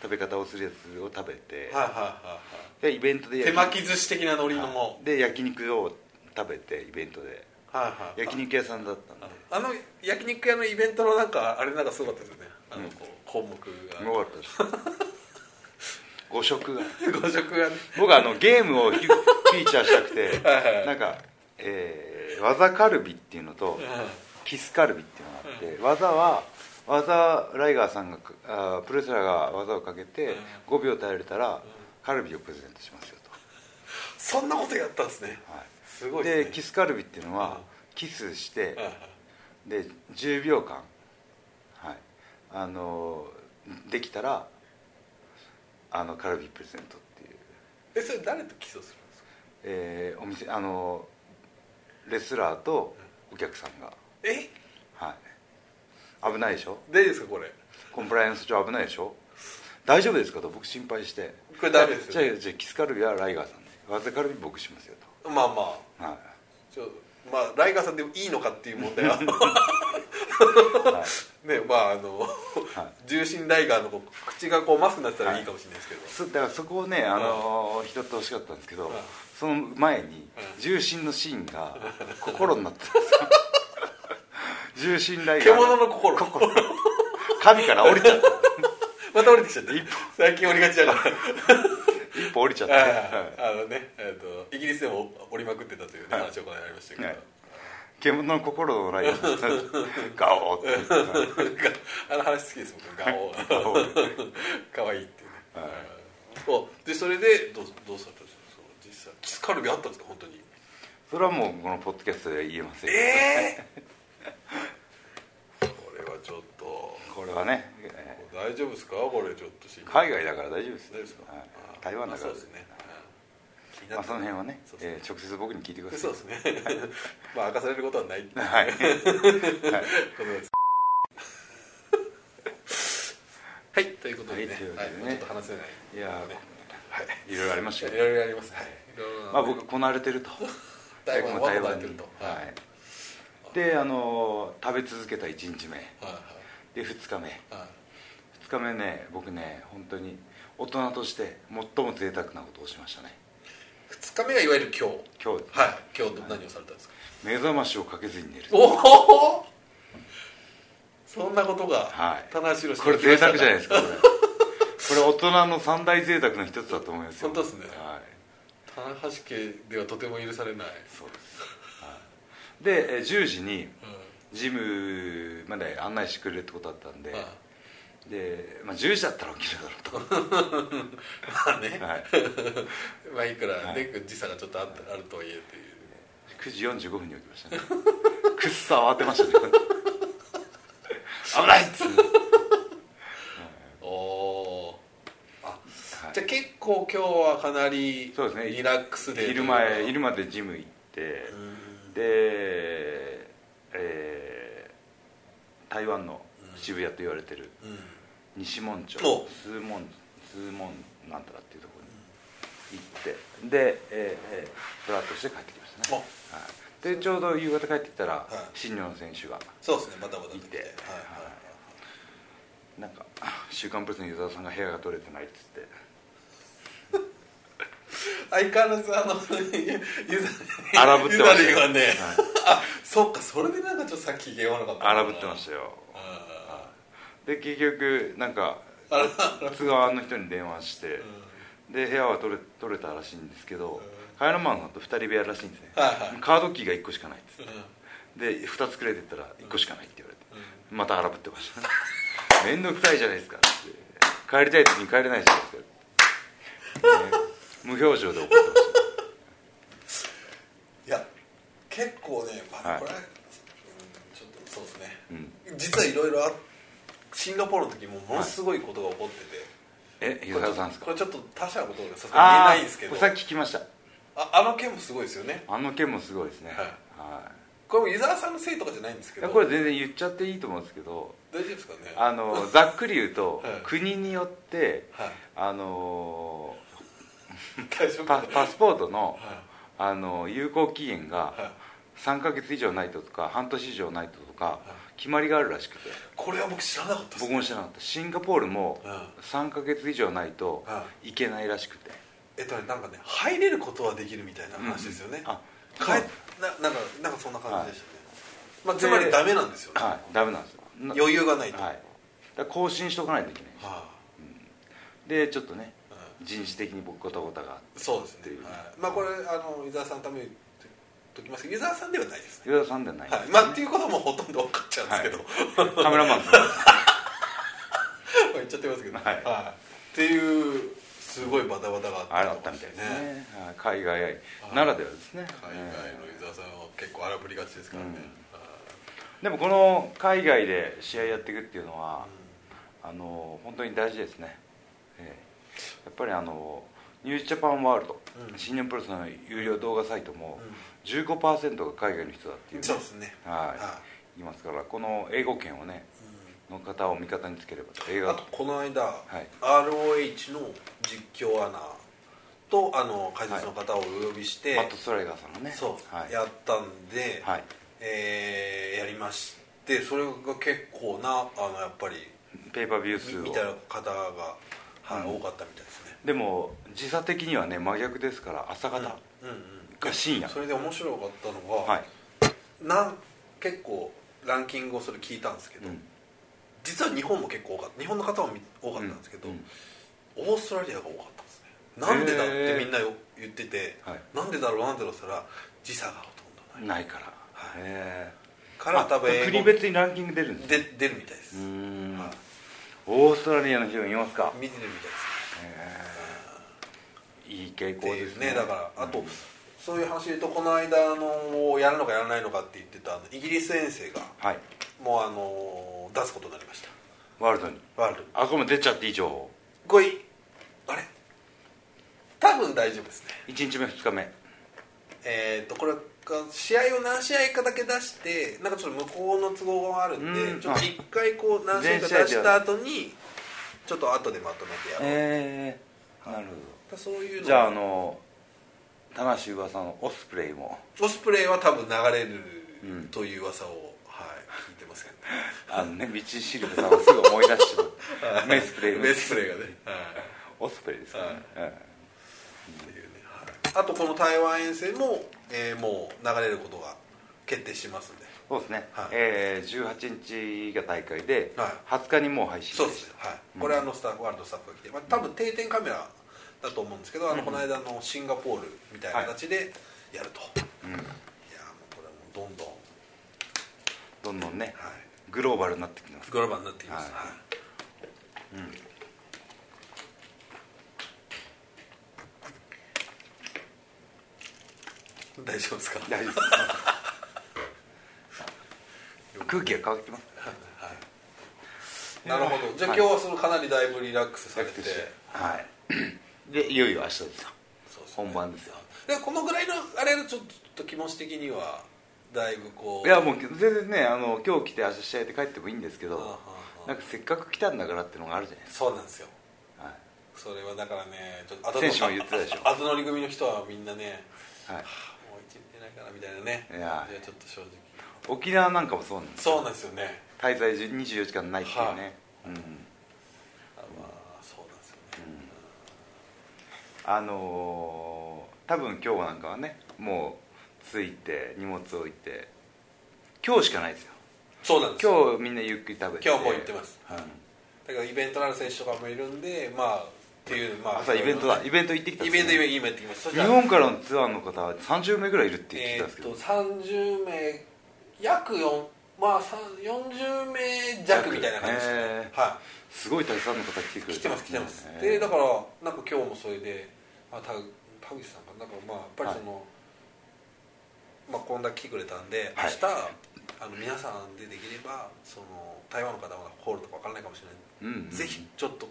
Speaker 1: 食べ方をするやつを食べて
Speaker 2: ーはいはいはい
Speaker 1: でイベントで
Speaker 2: はい手巻き寿司的なノリの
Speaker 1: は
Speaker 2: も
Speaker 1: いで焼肉を食べてイベントで
Speaker 2: はいはい
Speaker 1: 焼肉屋さんだったんで
Speaker 2: ああの焼肉屋のイベントのなんかあれなんかすごかったですよねあ
Speaker 1: う
Speaker 2: の
Speaker 1: ん
Speaker 2: こう項目
Speaker 1: う
Speaker 2: が
Speaker 1: まかったです 5食が
Speaker 2: 五色がね
Speaker 1: 僕はあのゲームをフィフィーチャーしたくて
Speaker 2: はいはい
Speaker 1: なんか、えー技カルビっていうのとキスカルビっていうのがあって、技は技ライガーさんがかあープロレスラーが技をかけて5秒耐えれたらカルビをプレゼントしますよ
Speaker 2: そんなことやったんですね
Speaker 1: と、はい
Speaker 2: すごい
Speaker 1: で
Speaker 2: ですね
Speaker 1: キスカルビっていうの
Speaker 2: うん
Speaker 1: はキスして
Speaker 2: はいはい
Speaker 1: で10秒間はいあのーできたらあのカルビプレゼントっていう、
Speaker 2: えそれ誰と起訴するんですか
Speaker 1: えーお店あのーレスラーとお客さんが
Speaker 2: え
Speaker 1: はい危ないでしょ
Speaker 2: 大丈夫ですかこれ
Speaker 1: コンプライアンス上危ないでしょ大丈夫ですかと僕心配して
Speaker 2: これダメですよ
Speaker 1: じゃあじゃあキスカルビはライガーさんでわざカルビ僕しますよ
Speaker 2: まあまあ
Speaker 1: とはい
Speaker 2: ちょまあライガーさんでもいいのかっていう問題は
Speaker 1: は
Speaker 2: ねまああの
Speaker 1: い、はい
Speaker 2: 重心ライガーのこう口がこうマスクになってたらいいかもしれないですけど、
Speaker 1: そだからそこをね、あのー拾ってほしかったんですけど、
Speaker 2: うん
Speaker 1: その前に
Speaker 2: うん
Speaker 1: 重心のシーンが 心になってたん ですよ重心ライガー
Speaker 2: 獣の心
Speaker 1: 神から降りちゃっ
Speaker 2: また降りてきちゃった
Speaker 1: 一歩
Speaker 2: 最近降りがちだから
Speaker 1: た一歩降りちゃった、はい
Speaker 2: あのね、えっとイギリスでも降りまくってたという、ね
Speaker 1: はい
Speaker 2: 話をこの間ありましたけど、
Speaker 1: はい獣の心のライガーさんガオーってはい
Speaker 2: あの話好きです僕ガオ
Speaker 1: ガオー
Speaker 2: 可愛いっていうね、
Speaker 1: はい
Speaker 2: おでそれでどうどうされたんですかそう実際キスカルビあったんですか本当に
Speaker 1: それはもうこのポッドキャストでは言えませんよ
Speaker 2: ええこれはちょっと
Speaker 1: これはね、え
Speaker 2: 大丈夫ですかこれちょっと心
Speaker 1: ー
Speaker 2: 配
Speaker 1: 海外だから大丈夫です
Speaker 2: 大丈夫ですか、
Speaker 1: はい
Speaker 2: あー
Speaker 1: 台湾だから
Speaker 2: まあそうですね、うん気に
Speaker 1: ま
Speaker 2: な
Speaker 1: あ、
Speaker 2: って
Speaker 1: その辺はね
Speaker 2: そうですね
Speaker 1: えー直接僕に聞いてくださ
Speaker 2: そう
Speaker 1: い
Speaker 2: ですねまあ明かされることはないっていう
Speaker 1: はい
Speaker 2: ことですはいということで
Speaker 1: は
Speaker 2: ね,、
Speaker 1: い
Speaker 2: は
Speaker 1: と
Speaker 2: い
Speaker 1: いうことでね
Speaker 2: もうちょっと話せない
Speaker 1: いや
Speaker 2: ね
Speaker 1: ーいろいろありました
Speaker 2: い
Speaker 1: けど
Speaker 2: ろいろありますはいいろいろな
Speaker 1: まあ僕こなれてると
Speaker 2: 台湾は
Speaker 1: 台
Speaker 2: 答
Speaker 1: 湾
Speaker 2: えて
Speaker 1: に
Speaker 2: るとはい
Speaker 1: はいであのー食べ続けた1日目
Speaker 2: はい
Speaker 1: で2日目
Speaker 2: はいはい
Speaker 1: 2日目ね僕ね本当に大人として最も贅沢なことをしましたね
Speaker 2: 二日目がいわゆる今日
Speaker 1: 今日
Speaker 2: はい今日何をされたんですか、
Speaker 1: 目覚ましをかけずに寝る
Speaker 2: おおそんなことが、
Speaker 1: はい
Speaker 2: 棚橋宏
Speaker 1: これ贅沢じゃないですすか これこれ大人の三大贅沢の一つだと思いますよ
Speaker 2: 本当ですね
Speaker 1: はい
Speaker 2: か棚橋家ではとても許されない、
Speaker 1: そうですはいでえー10時に
Speaker 2: うん
Speaker 1: ジムまで案内してくれるってことだったんで
Speaker 2: はい
Speaker 1: で、まあ、10時だったら起きるだろう
Speaker 2: まあね
Speaker 1: と、はい、
Speaker 2: まあいくら
Speaker 1: はい
Speaker 2: ね、時差がちょっとあったあるとはいえっていう
Speaker 1: 9時45分に起きましたねくっさ慌てましたね危ないっつって、
Speaker 2: おおーあ
Speaker 1: はい
Speaker 2: じゃあ結構今日はかなり
Speaker 1: そうですね
Speaker 2: リラックスで
Speaker 1: 昼前昼までジム行って
Speaker 2: う、ん
Speaker 1: で、えー台湾の渋谷と言われてる
Speaker 2: うん
Speaker 1: 西門町
Speaker 2: お
Speaker 1: 数門数門なんたらっていうところに行ってで、えーえーブラッとして帰ってきましたね、はい、でちょうど夕方帰ってきたら、
Speaker 2: い
Speaker 1: 新庄選手が
Speaker 2: そうですねバタバタと
Speaker 1: 行
Speaker 2: 来
Speaker 1: ってて
Speaker 2: はいはいはい
Speaker 1: なんか「週刊プレス」の湯沢さんが部屋が取れてないっつって
Speaker 2: 相変わらずあの ユザ
Speaker 1: 荒ぶってました
Speaker 2: ユ
Speaker 1: よ
Speaker 2: ザがね、
Speaker 1: はい
Speaker 2: あそっかそれでなんかちょっとさっき言わなかった
Speaker 1: 荒ぶってました
Speaker 2: よ
Speaker 1: よで結局なん か津川の人に電話してで部屋は取れ取れたらしいんですけど
Speaker 2: うん
Speaker 1: カヤノマンさんと2人部屋らしいんですね
Speaker 2: はいはい
Speaker 1: カードキーが1個しかないっつってで2つくれてったら1個しかないって言われてまた荒ぶってました 面倒くさいじゃないですかって帰りたい時に帰れないじゃないですか、ね無表情で怒ってまし
Speaker 2: いや結構ね、ま
Speaker 1: は
Speaker 2: あ、
Speaker 1: い
Speaker 2: これ、うんちょっとそうですね、
Speaker 1: た、うん、
Speaker 2: 実はいろいろあシンガポールの時もものすごいことが起こってて、
Speaker 1: え湯沢さんです
Speaker 2: こ
Speaker 1: か
Speaker 2: れちょっと他者のことがさすがに言え
Speaker 1: あ
Speaker 2: ないんですけど
Speaker 1: あさっき聞きました
Speaker 2: ああの件もすごいですよね
Speaker 1: あの件もすごいですね
Speaker 2: はい
Speaker 1: は
Speaker 2: これも湯沢さんのせいとかじゃないんです
Speaker 1: い
Speaker 2: け
Speaker 1: い
Speaker 2: ど
Speaker 1: やこれ全然言っちゃっていいと思うんですけど
Speaker 2: 大丈夫ですかね
Speaker 1: あのざっくり言うと、
Speaker 2: はい
Speaker 1: 国によって
Speaker 2: はい
Speaker 1: あの
Speaker 2: 大丈夫
Speaker 1: ーパパスポートの、
Speaker 2: は
Speaker 1: あの有効期限
Speaker 2: いは
Speaker 1: が
Speaker 2: い
Speaker 1: 3ヶ月以上ないととか半年以上ないととか決まりがあるらしくて
Speaker 2: これは僕知らなかったです
Speaker 1: 僕も知らなかったシンガポールも
Speaker 2: うん
Speaker 1: 3ヶ月以上ないと
Speaker 2: はい
Speaker 1: けないらしくて
Speaker 2: えっとねなんかね入れることはできるみたいな話ですよね、
Speaker 1: あ
Speaker 2: 帰
Speaker 1: はい
Speaker 2: ななんかなんかそんな感じでしたね、まあ、
Speaker 1: で
Speaker 2: つまりダメなんですよね、
Speaker 1: はいダメなんですよな
Speaker 2: 余裕がないと、
Speaker 1: はいだから更新しとかないといけないんですよ
Speaker 2: は
Speaker 1: でちょっとね
Speaker 2: あうん
Speaker 1: 人種的に僕ごたごたがあって
Speaker 2: そうです
Speaker 1: って
Speaker 2: ね
Speaker 1: い、う
Speaker 2: はい、まあこれあの湯沢さんのために言っときますけど湯沢さんではないですね、
Speaker 1: 岩田さんではないんで
Speaker 2: は
Speaker 1: す
Speaker 2: い
Speaker 1: ね
Speaker 2: まあ、っていうこともほとんど分かっちゃうんですけど、
Speaker 1: カメラマンさん
Speaker 2: 言っちゃってますけど、
Speaker 1: はい
Speaker 2: っていうすごいバタバタがあった
Speaker 1: あれだったみたいですねはい海外愛ならではですね
Speaker 2: 海外の湯沢さんは結構荒ぶりがちですからね、
Speaker 1: でもこの海外で試合やっていくっていうのはあの本当に大事ですね、ええやっぱりあのニュージャパンワールド、
Speaker 2: うん
Speaker 1: 新日本プロレスの有料動画サイトも
Speaker 2: うん
Speaker 1: 15%が海外の人だって
Speaker 2: う
Speaker 1: い
Speaker 2: ん
Speaker 1: う,、
Speaker 2: そうですね
Speaker 1: はい、、
Speaker 2: はい
Speaker 1: ますからこの英語圏をねの方を味方につければと映
Speaker 2: うんあ
Speaker 1: 画
Speaker 2: とこの間、
Speaker 1: はい
Speaker 2: ROH の実況アナとあの解説の方をお呼びして、
Speaker 1: マット・ストライガーさんがね
Speaker 2: そう、
Speaker 1: はい、
Speaker 2: やったんで、
Speaker 1: はい
Speaker 2: えーやりましてそれが結構なあのやっぱり
Speaker 1: ペーパービュー
Speaker 2: み
Speaker 1: 数
Speaker 2: みたいな
Speaker 1: を
Speaker 2: 方が、はい
Speaker 1: うん
Speaker 2: 多かったみたいですね
Speaker 1: でも時差的にはね真逆ですから朝方
Speaker 2: うんうん
Speaker 1: が深夜、
Speaker 2: それで面白かったのが、
Speaker 1: はい、
Speaker 2: なん結構ランキングをそれ聞いたんですけど、
Speaker 1: うん
Speaker 2: 実は日本も結構多かった日本の方もみ多かったんですけど、
Speaker 1: うんうん
Speaker 2: オーストラリアが多かったんですねなんでだってみんなよ言ってて、
Speaker 1: はい
Speaker 2: なんでだろうなんでだろうって言ったら時差がほとんどない
Speaker 1: ないから、え
Speaker 2: から多分英語
Speaker 1: 国別にランキング出るんですね
Speaker 2: で出るみたいです、
Speaker 1: うーん
Speaker 2: はい
Speaker 1: オーストラリアの人がいますか、
Speaker 2: 見てるみたいです
Speaker 1: えーいい傾
Speaker 2: っ
Speaker 1: 向
Speaker 2: てい
Speaker 1: です
Speaker 2: う
Speaker 1: ね
Speaker 2: ねだからあと、
Speaker 1: うん
Speaker 2: そういう話で言うとこの間あのやるのかやらないのかって言ってたあのイギリス遠征が
Speaker 1: はい
Speaker 2: もうあの出すことになりました
Speaker 1: ワールドに
Speaker 2: ワールドに
Speaker 1: あこれも出ちゃっていい情報
Speaker 2: 5位あれ多分大丈夫ですね
Speaker 1: 1日目2日目
Speaker 2: えっ、とこれが試合を何試合かだけ出してなんかちょっと向こうの都合があるんで、
Speaker 1: うん
Speaker 2: ちょっと一回こう何試合か出した後にちょっと後でまとめてやろう、
Speaker 1: ええなるほ
Speaker 2: そういう
Speaker 1: ど
Speaker 2: の
Speaker 1: じゃああの田無噂のオスプレイも
Speaker 2: オスプレイは多分流れ
Speaker 1: うん
Speaker 2: るという噂を、はい聞いてますけどね
Speaker 1: あのね道しるべさんをすぐ思い出してるメスプレイ
Speaker 2: メスプレイがね、はい
Speaker 1: オスプレイですかね、
Speaker 2: っていうねはいあとこの台湾遠征も、えーもう流れることが決定しますんで
Speaker 1: うんそうですね、
Speaker 2: はい
Speaker 1: えー、18日が大会で、
Speaker 2: は
Speaker 1: 20日にもう配信
Speaker 2: そうですね、はい
Speaker 1: うん
Speaker 2: これあのスタッフワールドスタッフが来て、まあ、多分定点カメラだと思うんですけどあのこの間のシンガポールみたいな形でやると、い、
Speaker 1: うん
Speaker 2: やーもうこれはもうどんどん、は
Speaker 1: どんどんね
Speaker 2: い、
Speaker 1: グローバルになってきます
Speaker 2: グローバルになってきま
Speaker 1: は
Speaker 2: す、
Speaker 1: い
Speaker 2: はい大丈夫ですか
Speaker 1: 大丈夫です空気が乾いてます
Speaker 2: なるほどじゃあ
Speaker 1: はい
Speaker 2: 今日はそのかなりだいぶリラックスされて、
Speaker 1: はいでいよいよ明日ですよ
Speaker 2: そうですね
Speaker 1: 本番ですよ
Speaker 2: でこのぐらいのあれちょっと気持ち的にはだいぶこう
Speaker 1: いやもう全然ねあの今日来て明日試合で帰ってもいいんですけ
Speaker 2: あは
Speaker 1: ど
Speaker 2: あ
Speaker 1: なんかせっかく来たんだからっていうのがあるじゃないです
Speaker 2: そうなんですよ
Speaker 1: か、は
Speaker 2: それはだからねちょっと後
Speaker 1: 選手も言ってたでしょ
Speaker 2: 後乗り組の人はみんなね
Speaker 1: いはい、
Speaker 2: もう一日出ないかなみたいなね
Speaker 1: いや
Speaker 2: じゃあちょっと正直
Speaker 1: 沖縄なんかもそうなんです
Speaker 2: そうなんですよね
Speaker 1: 滞在24時間ないっていうね、
Speaker 2: はい
Speaker 1: うん、
Speaker 2: あまあそうなんですよね、
Speaker 1: あの多分今日なんかはねもう着いて荷物置いて今日しかないですよ
Speaker 2: そうなんですよ
Speaker 1: 今日みんなゆっくり食べて
Speaker 2: 今日も行ってます
Speaker 1: うん
Speaker 2: だからイベントのある選手とかもいるんでまあっていうまあ
Speaker 1: 朝イベントだイベント行ってきた
Speaker 2: イベントイベン
Speaker 1: ン
Speaker 2: ト今やってきますそし
Speaker 1: 日
Speaker 2: たら
Speaker 1: 本からのツアーの方は30名ぐらいいるって聞い
Speaker 2: え
Speaker 1: たん
Speaker 2: ー
Speaker 1: です
Speaker 2: っ
Speaker 1: けど、
Speaker 2: と30名約4まあさん40名弱みたいな感じですね、
Speaker 1: えー
Speaker 2: は
Speaker 1: すごいたくさんの方来てく
Speaker 2: い
Speaker 1: れ
Speaker 2: 来てます来てます、
Speaker 1: ね
Speaker 2: でだからなんか今日もそれであ田田口さんかなだからまあやっぱりその、まあこんだけ来てくれたんで、
Speaker 1: はい
Speaker 2: 明日あの皆さんでできればその台湾の方はホールとかわからないかもしれない
Speaker 1: うんうん
Speaker 2: ぜひちょっと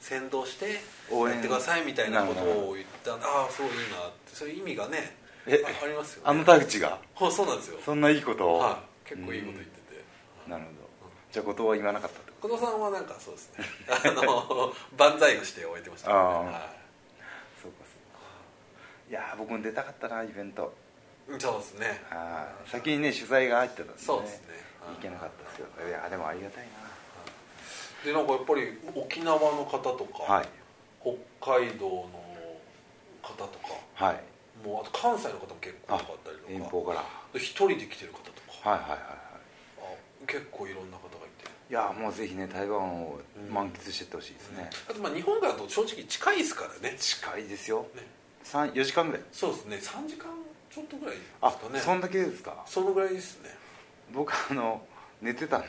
Speaker 2: 先導して
Speaker 1: 応援
Speaker 2: やってくださいみたいなことを言ったああそういいなってそういう意味がね
Speaker 1: え
Speaker 2: あありますよね
Speaker 1: あの田口が
Speaker 2: ほうそうなんですよ
Speaker 1: そんないいことを、
Speaker 2: はい結構いいこと言ってて
Speaker 1: うんなるほどじゃあ後藤は言わなかったってこ
Speaker 2: 久藤さんはなんかそうですねあの万歳をして終えてましたね
Speaker 1: ああとそ
Speaker 2: は
Speaker 1: うかそうかいやー僕も出たかったなイベント
Speaker 2: いそうですね
Speaker 1: はい先にね取材が入ってたんで、ね、
Speaker 2: そうですねはい
Speaker 1: 行けなかったですけどいやーでもありがたい
Speaker 2: でなんかやっぱり沖縄の方とか、
Speaker 1: なはい
Speaker 2: 北海道の方とか
Speaker 1: はい
Speaker 2: もうあと関西の方も結構多
Speaker 1: あ
Speaker 2: かったりとか
Speaker 1: 遠方からは
Speaker 2: で一人で来てる方とか
Speaker 1: いはいはいはい
Speaker 2: あ結構いろんな方がいて
Speaker 1: いやもうぜひね台湾を満喫してってほしいですね、
Speaker 2: あとまあ日本からだと正直近いですからね
Speaker 1: 近いですよ
Speaker 2: ね
Speaker 1: 4時間ぐらい
Speaker 2: そうですね3時間ちょっとぐらいです
Speaker 1: あ、
Speaker 2: かね
Speaker 1: そんだけですか
Speaker 2: そのぐらいですね
Speaker 1: 僕あの寝てたんで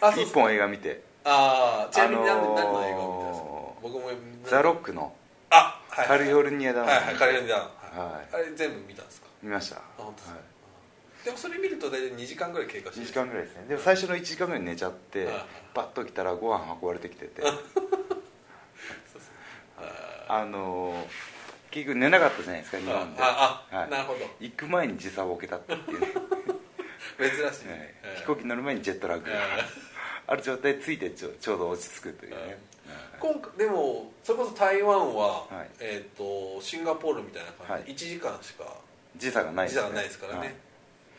Speaker 2: あそう
Speaker 1: 一本映画見て
Speaker 2: ああちなみに何,、
Speaker 1: あのー
Speaker 2: 何の映画を見たんですか僕も
Speaker 1: 「ザ・ロック」の
Speaker 2: あ
Speaker 1: 「
Speaker 2: はい
Speaker 1: カリフォルニア・ダ
Speaker 2: は
Speaker 1: ウ
Speaker 2: い
Speaker 1: ン」
Speaker 2: はいカリフォルニアダウンはい
Speaker 1: はい
Speaker 2: あれ全部見たんですか
Speaker 1: 見ました
Speaker 2: あ本当ですか、でもそれ見ると大体2時間ぐらい経過して
Speaker 1: 2
Speaker 2: る
Speaker 1: 時間ぐらいですねでも最初の1時間ぐらい寝ちゃって
Speaker 2: はい
Speaker 1: バッと来たらご飯運ばれてきてて
Speaker 2: そうですねあ
Speaker 1: あのー結局寝なかったじゃないですか日
Speaker 2: ー
Speaker 1: 本で
Speaker 2: ああ、
Speaker 1: はい
Speaker 2: なるほど
Speaker 1: 行く前に時差ボケたっていうね
Speaker 2: 珍しい、
Speaker 1: はい
Speaker 2: えー
Speaker 1: 飛行機乗る前にジェットラグが
Speaker 2: え
Speaker 1: ある状態ついてちょちょうど落ち着くというね
Speaker 2: ー今回でもそれこそ台湾は、
Speaker 1: はい
Speaker 2: えっ、とシンガポールみたいな感じで、
Speaker 1: は
Speaker 2: 1時間しか
Speaker 1: 時差がない
Speaker 2: 時差がないですからね、
Speaker 1: はい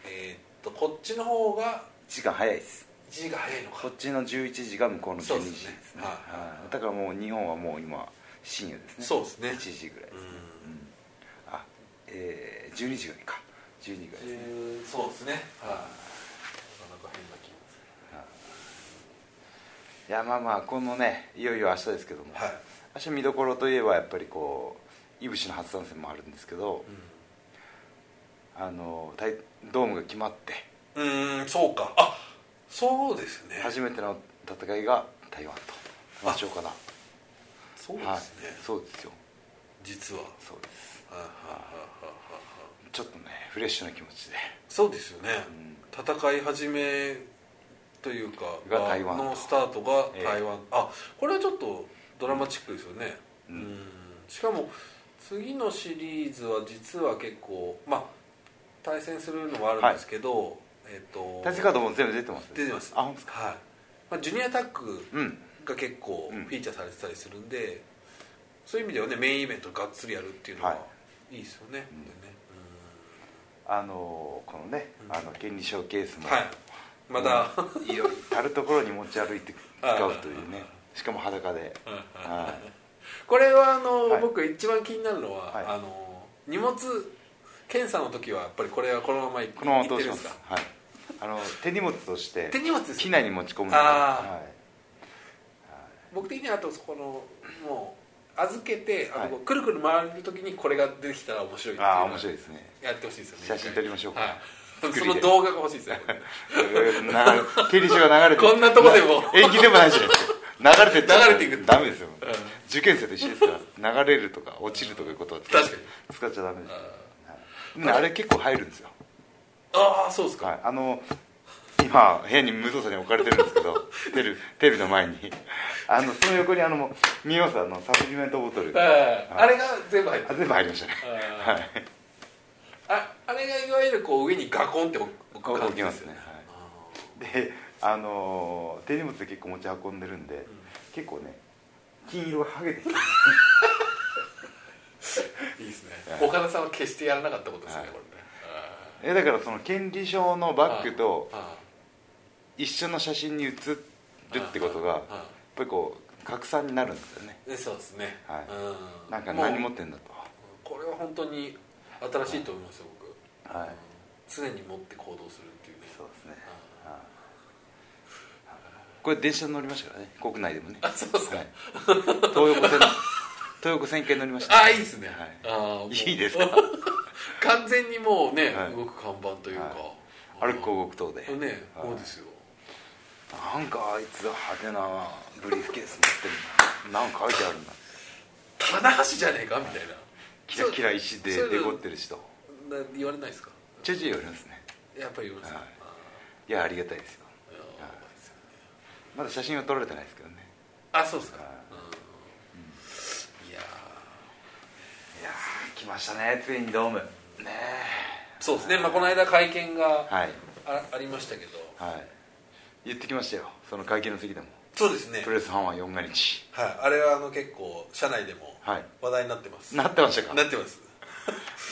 Speaker 2: えー、とこっちの方が
Speaker 1: 時間早いです
Speaker 2: 1時間早いのか
Speaker 1: こっちの11時が向こうの12時
Speaker 2: そう
Speaker 1: で
Speaker 2: です
Speaker 1: す
Speaker 2: ね
Speaker 1: ね
Speaker 2: はい
Speaker 1: はいだからもう日本はもう今深夜ですね
Speaker 2: そうですね
Speaker 1: 1時ぐらいで
Speaker 2: う
Speaker 1: すねう
Speaker 2: ん
Speaker 1: んあえー、12時ぐらいか12時ぐらいですね
Speaker 2: そうですねはいなかなか変な気
Speaker 1: いやまあまあこのねいよいよ明日ですけども、
Speaker 2: がする
Speaker 1: 明日見どころといえばやっぱりこういぶしの初参戦もあるんですけどあの大ドームが決まって
Speaker 2: はいうんうんそうかあそうですね
Speaker 1: 初めての戦いが台湾と場所かな
Speaker 2: そうですね、
Speaker 1: はい、そうですよ
Speaker 2: 実は
Speaker 1: そうです
Speaker 2: はいはいはいはいはい
Speaker 1: ちょっとねフレッシュな気持ちで、
Speaker 2: そうですよね、
Speaker 1: うん
Speaker 2: 戦い始めというか
Speaker 1: が台湾
Speaker 2: のスタートが
Speaker 1: ええ
Speaker 2: 台湾、あこれはちょっとドラマチックですよねう
Speaker 1: うんん
Speaker 2: しかも次のシリーズは実は結構まあ対戦するのもあるんですけど、えっ、と
Speaker 1: 対戦カードも全部出てます
Speaker 2: 出てます
Speaker 1: あ本当ですか
Speaker 2: はいまあ、ジュニアタック
Speaker 1: うん
Speaker 2: が結構フ
Speaker 1: うん
Speaker 2: ィーチャーされてたりするんで、そういう意味ではねメインイベントがっつりやるっていうのは
Speaker 1: はい
Speaker 2: いですよね,、
Speaker 1: うん
Speaker 2: ね
Speaker 1: あのーこのね、
Speaker 2: うん
Speaker 1: あの権利書ケース
Speaker 2: うん
Speaker 1: も、
Speaker 2: はいまだ、
Speaker 1: うんいよ至る所に持ち歩いて使うというね
Speaker 2: あ
Speaker 1: しかも裸で、は
Speaker 2: これはあの、
Speaker 1: はい
Speaker 2: 僕一番気になるのは、
Speaker 1: はい
Speaker 2: あの荷物検査の時はやっぱりこれはこのままい
Speaker 1: い、このまま
Speaker 2: 行
Speaker 1: 通
Speaker 2: って
Speaker 1: し
Speaker 2: るん
Speaker 1: ま
Speaker 2: ですすか
Speaker 1: はい、あの手荷物として
Speaker 2: 手荷物です
Speaker 1: 機
Speaker 2: よ
Speaker 1: 内に持ち込むので、
Speaker 2: あー
Speaker 1: はい、
Speaker 2: 僕的にはあとそこのもう預けてあの、こ
Speaker 1: は
Speaker 2: うくるくる回る時にこれが出てきたら面白いっていうの
Speaker 1: ああ
Speaker 2: は
Speaker 1: 面白いです ね
Speaker 2: やってほしいですよね
Speaker 1: 写真撮りましょうか
Speaker 2: はい、
Speaker 1: 作
Speaker 2: そ
Speaker 1: りで
Speaker 2: の動画が欲しいですよ僕
Speaker 1: うんな権利書が流れて
Speaker 2: こんなとこでも
Speaker 1: な延期でもないじゃないですか流れてっちゃう
Speaker 2: 流れていく
Speaker 1: ダメですよ、
Speaker 2: うん
Speaker 1: 受験生と一緒ですから流れるとか落ちるとかいうことは使っ
Speaker 2: 確か
Speaker 1: 使っちゃダメですよ、
Speaker 2: ん
Speaker 1: はいあれ結構入るんですよ
Speaker 2: ああそうですか、
Speaker 1: はい、あの今部屋に無造作に置かれてるんですけ どテレビテレビの前にあのその横にあのもう見えますあのサプリメントボトル
Speaker 2: え
Speaker 1: あ
Speaker 2: えあれが全部入ってる
Speaker 1: 全部入りましたね
Speaker 2: あ
Speaker 1: はい
Speaker 2: ああれがいわゆるこう上にガコンって置く感
Speaker 1: 置
Speaker 2: じですよね
Speaker 1: きますねはい
Speaker 2: あ
Speaker 1: であのー手荷物で結構持ち運んでるんで、結構ね金色が剥げてき て
Speaker 2: ーいいですね
Speaker 1: はい
Speaker 2: 岡田さんは決してやらなかったことですね、
Speaker 1: はい
Speaker 2: これね
Speaker 1: えだからその権利証のバッグと
Speaker 2: あ
Speaker 1: 一緒の写真に写る
Speaker 2: ー
Speaker 1: ってことがやっ
Speaker 2: あーあ
Speaker 1: ぱりこう拡散になるんですよね
Speaker 2: ーでそうですね、
Speaker 1: はい
Speaker 2: うん
Speaker 1: なんか何持
Speaker 2: もう
Speaker 1: ってんだと
Speaker 2: は本当に新しいと思いますよ僕
Speaker 1: はい
Speaker 2: 常に持って行動するっていうね
Speaker 1: そうですねはいこれ電車に乗りましたからね国内でもね
Speaker 2: あそうですか
Speaker 1: はい東 横線の東横線系乗りました
Speaker 2: ああいいですね、
Speaker 1: はい
Speaker 2: ああ
Speaker 1: いい ですか
Speaker 2: 完全にもうね、
Speaker 1: はい
Speaker 2: 動く看板というか、
Speaker 1: 歩く広告塔で
Speaker 2: ね、
Speaker 1: はい
Speaker 2: そうですよ
Speaker 1: なんかあいつは派手なブリーフケース持ってるななんか書いてあるな
Speaker 2: 棚橋じゃねえかみたいな
Speaker 1: キラキラ石で
Speaker 2: そう
Speaker 1: デコってる人
Speaker 2: な言われないですか
Speaker 1: ちょいちょい言われますね
Speaker 2: やっぱり言われますか、
Speaker 1: はい
Speaker 2: あ
Speaker 1: いやありがたいですよ
Speaker 2: ーいやー
Speaker 1: はい
Speaker 2: やばいですよね
Speaker 1: まだ写真は撮られてないですけどね
Speaker 2: あそうですか、
Speaker 1: はい
Speaker 2: うん、いやー
Speaker 1: いやー来ましたねついにドームね
Speaker 2: そうですね、まあ、この間会見が
Speaker 1: えはい
Speaker 2: あありましたけど
Speaker 1: はい言ってきましたよその会見の席でも
Speaker 2: そうですね
Speaker 1: プロレスファンは4が日
Speaker 2: はいあれはあの結構社内でも
Speaker 1: はい
Speaker 2: 話題になってます、
Speaker 1: なってましたか
Speaker 2: なってます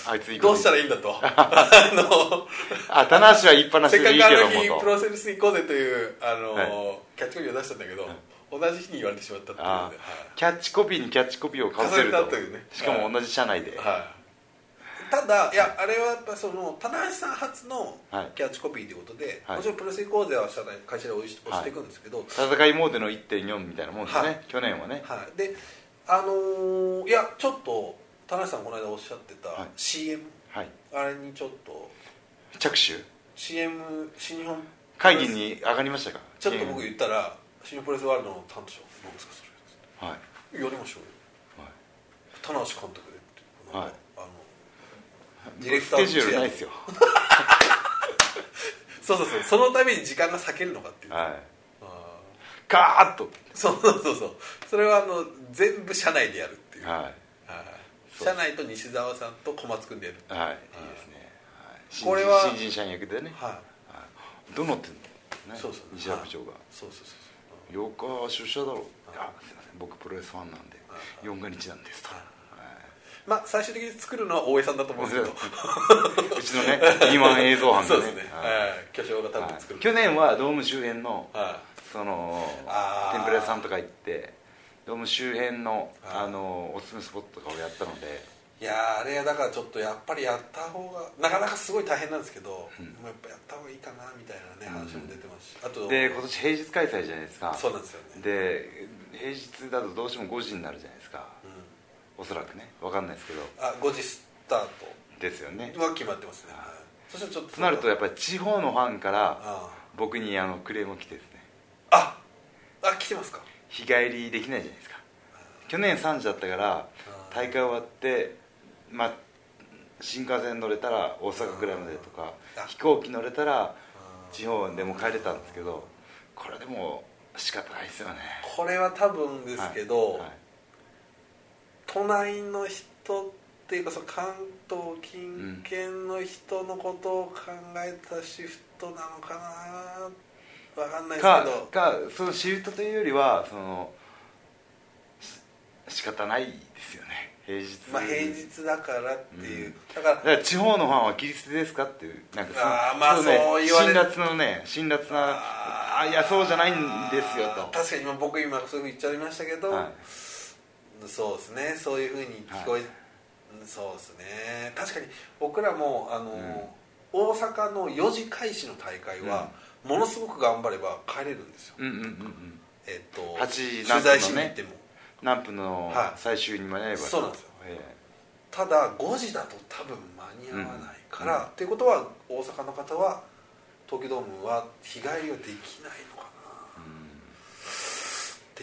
Speaker 1: あいついいこと
Speaker 2: どうしたらいいん だとあの
Speaker 1: あ棚橋は言いっぱなし
Speaker 2: せっか
Speaker 1: でいい
Speaker 2: く
Speaker 1: け
Speaker 2: あ
Speaker 1: ど
Speaker 2: の日
Speaker 1: も
Speaker 2: プ
Speaker 1: と
Speaker 2: ロセス行こうぜというあの、
Speaker 1: はい
Speaker 2: キャッチコピーを出したんだけど、同じ日に言われてしまったっていうの
Speaker 1: あ
Speaker 2: で、
Speaker 1: ーキャッチコピーにキャッチコピーをかぶせると
Speaker 2: かぶせたというね
Speaker 1: しかも同じ社内で、
Speaker 2: はいはい、ただいやあれはやっぱその棚橋さん初の
Speaker 1: はい
Speaker 2: キャッチコピーということで、
Speaker 1: はい
Speaker 2: もちろんプロレス行こうぜは社内会社で押し押していくんですけど、
Speaker 1: 戦いモードの1.4みたいなもんですね、
Speaker 2: はい
Speaker 1: 去年はね、
Speaker 2: はい、であのーいやちょっと棚橋さんこの間おっしゃって
Speaker 1: は
Speaker 2: た
Speaker 1: い
Speaker 2: CM、
Speaker 1: はい、
Speaker 2: あれにちょっと
Speaker 1: 着手
Speaker 2: CM 新日本
Speaker 1: 会議に上がりましたか
Speaker 2: ちょっと僕言ったら新日本プロレスワールドの担当者「何ですかそれ」
Speaker 1: はい、
Speaker 2: やりましょうよ
Speaker 1: はい、
Speaker 2: 棚橋監督でってなん
Speaker 1: は
Speaker 2: か
Speaker 1: い
Speaker 2: あのディレク
Speaker 1: ス
Speaker 2: ター
Speaker 1: ケ
Speaker 2: の
Speaker 1: ジュールないですよ
Speaker 2: そうそうそうそのために時間が割けるのかっていう、
Speaker 1: は
Speaker 2: あ
Speaker 1: いガーッと
Speaker 2: ーそうそうそうそうそれはあの全部社内でやるっていう、
Speaker 1: は
Speaker 2: はい
Speaker 1: そう
Speaker 2: 社内と西澤さんと小松君でやる
Speaker 1: いはいいいですね、はい、新人
Speaker 2: これは
Speaker 1: 新人社員役でね、
Speaker 2: は
Speaker 1: はい、どうなってんの、
Speaker 2: い
Speaker 1: ね、
Speaker 2: そうそう
Speaker 1: 西田部長が
Speaker 2: はいそうそうそうそう
Speaker 1: 8日出社だろう
Speaker 2: はい
Speaker 1: いやすいません僕プロレスファンなんで
Speaker 2: はい
Speaker 1: 4が日なんですと、
Speaker 2: は
Speaker 1: はい
Speaker 2: まあ最終的に作るのは大江さんだと思うんですけど
Speaker 1: い、 うちのね B1 映像班
Speaker 2: そ
Speaker 1: が
Speaker 2: う
Speaker 1: ね
Speaker 2: ですね、
Speaker 1: はい
Speaker 2: はい、巨匠が多分作
Speaker 1: は
Speaker 2: る
Speaker 1: い、去年はドーム周辺の
Speaker 2: は
Speaker 1: その
Speaker 2: あー
Speaker 1: 天ぷら屋さんとか行ってドーム周辺の
Speaker 2: あー
Speaker 1: あのおすすめスポットとかをやったので
Speaker 2: いいやーあれはだからちょっとやっぱりやった方がなかなかすごい大変なんですけど、でもやっぱやった方がいいかなみたいなね話も出てますし、あと
Speaker 1: で今年平日開催じゃないですか
Speaker 2: そうなんですよね
Speaker 1: で平日だとどうしても5時になるじゃないですか
Speaker 2: うん
Speaker 1: おそらくねわかんないですけど
Speaker 2: あ5時スター
Speaker 1: ですよね
Speaker 2: トは決まってますね、はいそしてちょっと
Speaker 1: となるとやっぱり地方のファンから
Speaker 2: あ
Speaker 1: 僕にあのクレームを来てですね
Speaker 2: あああ来てますか
Speaker 1: 日帰りできないじゃないですか去年3時だったから
Speaker 2: うん
Speaker 1: 大会終わって、まあ、新幹線乗れたら大阪ぐらいまでとか
Speaker 2: うん
Speaker 1: 飛行機乗れたら
Speaker 2: うん
Speaker 1: 地方でも帰れたんですけどこれでも仕方ないですよね
Speaker 2: これは多分ですけど、
Speaker 1: はいはい
Speaker 2: 都内の人っていうかその関東近県の人のことを考えたシフトなのかなわかんないです
Speaker 1: か
Speaker 2: けど
Speaker 1: かそのシフトというよりはそのし仕方ないですよね平日
Speaker 2: まあ平日だからっていう、
Speaker 1: うん
Speaker 2: だから
Speaker 1: だから地方のファンはキリストですかっていうなんか
Speaker 2: あーまあ
Speaker 1: ね
Speaker 2: そう言われる
Speaker 1: 辛辣のね辛辣なああいやそうじゃないんですよと
Speaker 2: 確かに今僕今そういうふうに言っちゃいましたけど、
Speaker 1: はい
Speaker 2: そうですねそういうふうに聞こえ、うんそうですね確かに僕らもあの、
Speaker 1: うん
Speaker 2: 大阪の4時開始の大会は、ものすごく頑張れば帰れるんですよ、
Speaker 1: うんうんうんうん
Speaker 2: えっと
Speaker 1: 八時
Speaker 2: 取材しに行っても、
Speaker 1: 何分の
Speaker 2: はい
Speaker 1: 最終に間に合えばと、
Speaker 2: そうなんですよ
Speaker 1: え
Speaker 2: ただ5時だと多分間に合わないから、
Speaker 1: うん
Speaker 2: っていうことは大阪の方は東京ドームは日帰りはできないのか
Speaker 1: え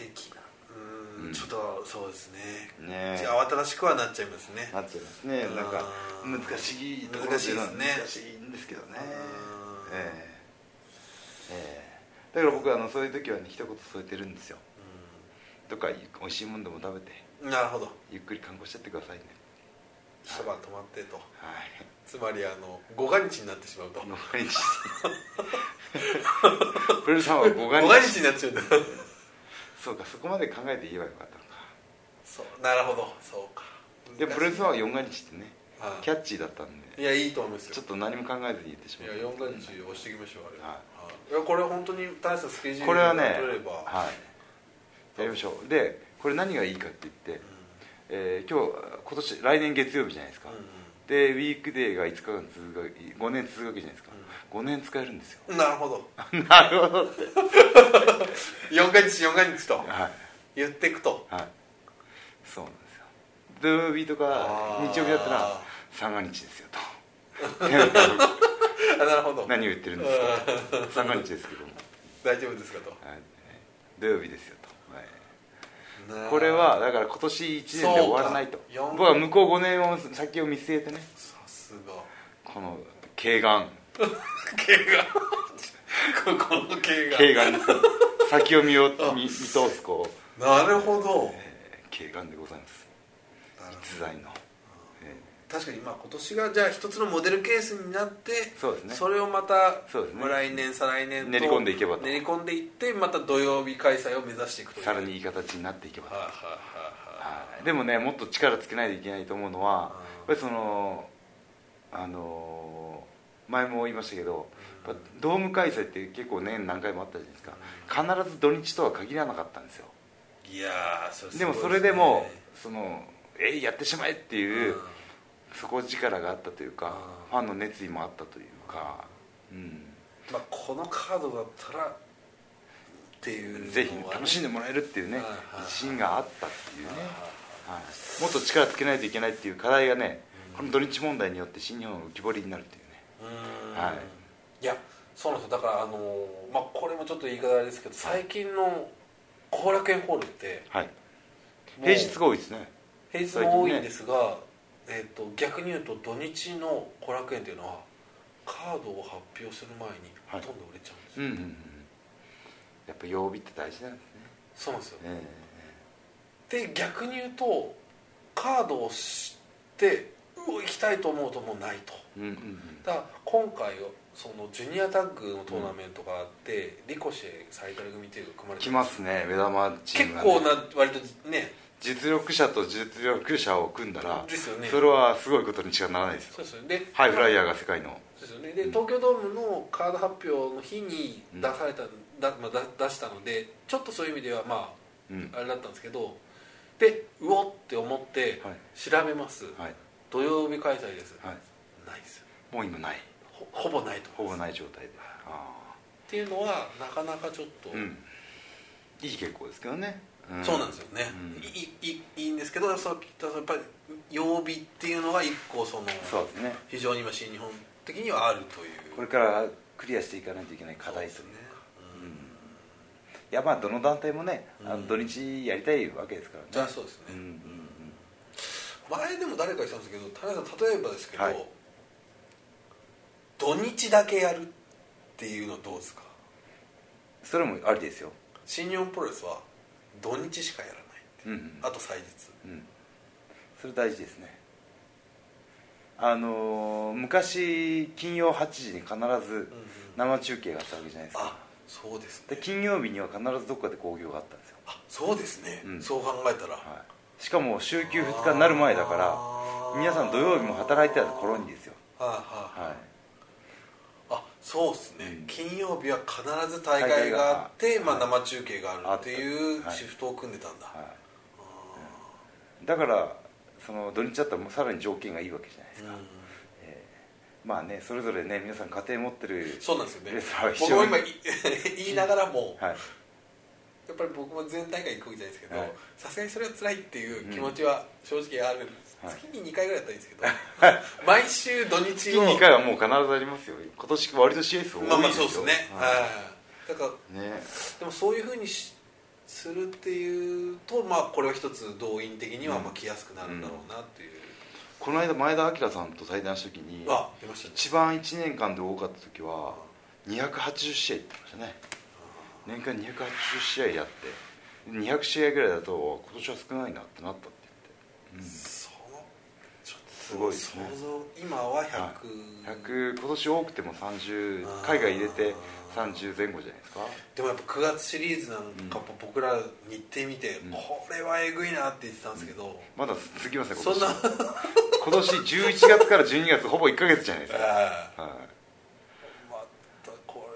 Speaker 2: な、できないうーん、
Speaker 1: うん
Speaker 2: ちょっとそうですね
Speaker 1: うんねえ
Speaker 2: じゃあ慌ただしくはなっちゃいますね
Speaker 1: なっちゃいますねなんか難しいところ
Speaker 2: 難しいで
Speaker 1: は
Speaker 2: すね
Speaker 1: 難しいんですけどね
Speaker 2: うん
Speaker 1: ええええだから僕はあのそういう時はね一言添えてるんですよどっか美味しいもんでも食べて
Speaker 2: うんなるほど
Speaker 1: ゆっくり観光しちゃってくださいね
Speaker 2: 一晩泊まって と
Speaker 1: はい
Speaker 2: つまりあの五が日になってしまうと
Speaker 1: 五が日プレルさんは五
Speaker 2: 五
Speaker 1: が
Speaker 2: が
Speaker 1: 日
Speaker 2: 日になっちゃうんだ
Speaker 1: そうかそこまで考えて言えばよかったのか
Speaker 2: そうなるほどそうか
Speaker 1: でプレルさんは四が日ってね
Speaker 2: はい
Speaker 1: キャッチーだったんで
Speaker 2: いやいいと思いますよ
Speaker 1: ちょっと何も考えずに言ってし
Speaker 2: い
Speaker 1: ま
Speaker 2: や
Speaker 1: う
Speaker 2: 4月中押していきましょうあれ、
Speaker 1: はい
Speaker 2: いやこれ本当に大したスケジュー
Speaker 1: こ
Speaker 2: ル
Speaker 1: れは
Speaker 2: が
Speaker 1: ね
Speaker 2: 取れれば、
Speaker 1: はいやりましょうでこれ何がいいかって言って
Speaker 2: うん
Speaker 1: えー今日今年来年月曜日じゃないですか、でウィークデーが5日間続く5年続くわけじゃないですか、5年使えるんですよ
Speaker 2: うんなるほど
Speaker 1: なるほどって
Speaker 2: 4か日4か日と
Speaker 1: はい
Speaker 2: 言っていくと
Speaker 1: はいそうなんですよ土曜日とか
Speaker 2: あー
Speaker 1: 日曜日だったら三が日ですよ と
Speaker 2: あなるほど
Speaker 1: 何を言ってるんですか三が日ですけども、
Speaker 2: 大丈夫ですかと
Speaker 1: はい、土曜日ですよと、はい
Speaker 2: な あ
Speaker 1: これはだから今年1年で終わらないと
Speaker 2: そうか
Speaker 1: 僕は向こう5年を先を見据えてね
Speaker 2: さすが
Speaker 1: この軽眼
Speaker 2: 毛が ここの毛が
Speaker 1: 軽眼ですよ先を見よう見見通すこう、
Speaker 2: なるほど
Speaker 1: えー、軽眼でございます
Speaker 2: なるほど
Speaker 1: 逸材の、え
Speaker 2: 確かにまあ今年がじゃあ一つのモデルケースになって
Speaker 1: そうですね
Speaker 2: れをまた
Speaker 1: そうですね
Speaker 2: まあ来年再来年と
Speaker 1: 練り込んでいけばと
Speaker 2: 練り込んでいってまた土曜日開催を目指していくとい
Speaker 1: ー
Speaker 2: う
Speaker 1: さらにいい形になっていけばと
Speaker 2: はいはいは
Speaker 1: はいでもねもっと力つけないといけないと思うのはやっぱりそのあのー前も言いましたけどやっぱドーム開催って結構年何回もあったじゃないですか必ず土日とは限らなかったんですよ
Speaker 2: いいやーそれすごいすね
Speaker 1: でもそれでもそのえいやってしまえっていううん底力があったというか
Speaker 2: う
Speaker 1: フ
Speaker 2: ん
Speaker 1: ァンの熱意もあったというかうん
Speaker 2: まあこのカードだったらっていうのは
Speaker 1: ぜひ楽しん
Speaker 2: で
Speaker 1: でもらえるっていうね
Speaker 2: はいはいはい
Speaker 1: 自信があったっていうねはいもっと力つけないといけないっていう課題がねこの土日問題によって新日本の浮き彫りになるっていうねはい
Speaker 2: いやそうなんですよだからあのーまあこれもちょっと言い方あれですけど最近の後楽園ホールって
Speaker 1: はい
Speaker 2: もう
Speaker 1: 平日が多いですね
Speaker 2: 平日も多いんですが、えー、と逆に言うと土日の後楽園というのはカードを発表する前に
Speaker 1: は
Speaker 2: ほ
Speaker 1: い
Speaker 2: とんど売れちゃうんです
Speaker 1: う
Speaker 2: よ、
Speaker 1: んうんうんやっぱ曜日って大事なんです
Speaker 2: そうなんですよ
Speaker 1: ねえ
Speaker 2: で逆に言うとカードを知ってうお行きたいと思うともうないと
Speaker 1: えうんうんうん
Speaker 2: だから今回そのジュニアタッグのトーナメントがあって、リコシェサイタル組っていうのが組まれて
Speaker 1: 来ますね目玉チー
Speaker 2: 結
Speaker 1: ムがね
Speaker 2: 構な割とね
Speaker 1: 実力者と実力者を組んだら
Speaker 2: ですよね
Speaker 1: それはすごいことにしかならないですよ
Speaker 2: そうですよねで
Speaker 1: ハイフライヤーが世界の
Speaker 2: そうですよねで
Speaker 1: うん
Speaker 2: 東京ドームのカード発表の日に出された、だまあ、だ出したのでちょっとそういう意味ではま
Speaker 1: うん
Speaker 2: ああれだったんですけどでうおって思って
Speaker 1: はい
Speaker 2: 調べます、
Speaker 1: はい
Speaker 2: 土曜日開催です、
Speaker 1: はい
Speaker 2: ないですよ
Speaker 1: もう今ない
Speaker 2: ほほぼないと
Speaker 1: ほぼ
Speaker 2: いっ
Speaker 1: ない状態であ
Speaker 2: ていうのはなかなかちょっと、
Speaker 1: あうんいい傾向ですけどね、
Speaker 2: そうなんですよね、
Speaker 1: うん
Speaker 2: いいいいいいんですけどそうやっぱり曜日っていうのが一個その
Speaker 1: そうですね
Speaker 2: 非常に今新日本的にはあるという
Speaker 1: これからクリアしていかないといけない課題
Speaker 2: そう
Speaker 1: と
Speaker 2: ですね、
Speaker 1: う
Speaker 2: うん
Speaker 1: んいやまあどの団体もね、あの
Speaker 2: うん
Speaker 1: 土日やりたいわけですからね
Speaker 2: じゃあそうですね、
Speaker 1: うんうんうん
Speaker 2: 前でも誰か言ってたんですけど田中さん例えばですけど、
Speaker 1: はい
Speaker 2: 土日だけやるっていうのどうですか
Speaker 1: それもありですよ
Speaker 2: 新日本プロレスは土日しかやらないっ
Speaker 1: う
Speaker 2: て
Speaker 1: んうん
Speaker 2: あと祭日
Speaker 1: うんそれ大事ですねあのー昔金曜8時に必ず
Speaker 2: うんうん
Speaker 1: 生中継があったわけじゃないです
Speaker 2: あ
Speaker 1: か、
Speaker 2: そうです
Speaker 1: で
Speaker 2: ね
Speaker 1: 金曜日には必ずどっかで興行があったんですよ、
Speaker 2: あそうですね、
Speaker 1: うん
Speaker 2: そう考えたら、
Speaker 1: はい、しかも週休2日になる前だから
Speaker 2: あー
Speaker 1: 皆さん土曜日も働いてた頃にですよ、
Speaker 2: はいはい、
Speaker 1: は
Speaker 2: あそうですね、
Speaker 1: うん
Speaker 2: 金曜日は必ず大会があって
Speaker 1: 大会
Speaker 2: ま
Speaker 1: が
Speaker 2: あ、生中継があるってい
Speaker 1: あっ
Speaker 2: う
Speaker 1: たはい
Speaker 2: シフトを組んでたんだ、
Speaker 1: いはい、だからその土日だったらもうさらに条件がいいわけじゃないですか、
Speaker 2: うん
Speaker 1: まあねそれぞれね皆さん家庭持ってる
Speaker 2: そうなんですよね
Speaker 1: レスラーは非
Speaker 2: 僕
Speaker 1: 常
Speaker 2: も
Speaker 1: に
Speaker 2: 今い言い ながらも、
Speaker 1: はい
Speaker 2: やっぱり僕も全大会行くわけじゃないですけ
Speaker 1: はい
Speaker 2: どさすがにそれは辛いっていう気持ちは正直あるんです、
Speaker 1: はい
Speaker 2: 月に2回ぐらいだったらいいんですけど毎週土日
Speaker 1: 月
Speaker 2: を
Speaker 1: 2回はもう必ずありますよ今年割と試合数多いですよ
Speaker 2: まあまあそうですね
Speaker 1: は
Speaker 2: はいだから
Speaker 1: いね
Speaker 2: でもそういうふうにしするっていうとまあこれは一つ動員的にはまあ来やすくなるんだろうなっていう、
Speaker 1: この間前田明さんと対談した時に
Speaker 2: あ出ましたね
Speaker 1: 一番1年間で多かった時は280試合って言ってましたね年間280試合やって200試合ぐらいだと今年は少ないなってなったって言って、
Speaker 2: そのちょっと
Speaker 1: すごいですね
Speaker 2: 想像今は100、
Speaker 1: うん、100今年多くても30海外入れて30前後じゃないですか
Speaker 2: でもやっぱ9月シリーズなんか僕ら日程見て、
Speaker 1: うん
Speaker 2: これはえぐいなって言ってたんですけど、
Speaker 1: まだ続きますね
Speaker 2: そ
Speaker 1: 今
Speaker 2: ん
Speaker 1: 年
Speaker 2: な
Speaker 1: 今年11月から12月ほぼ1か月じゃないですか、
Speaker 2: ああ
Speaker 1: はい
Speaker 2: またこ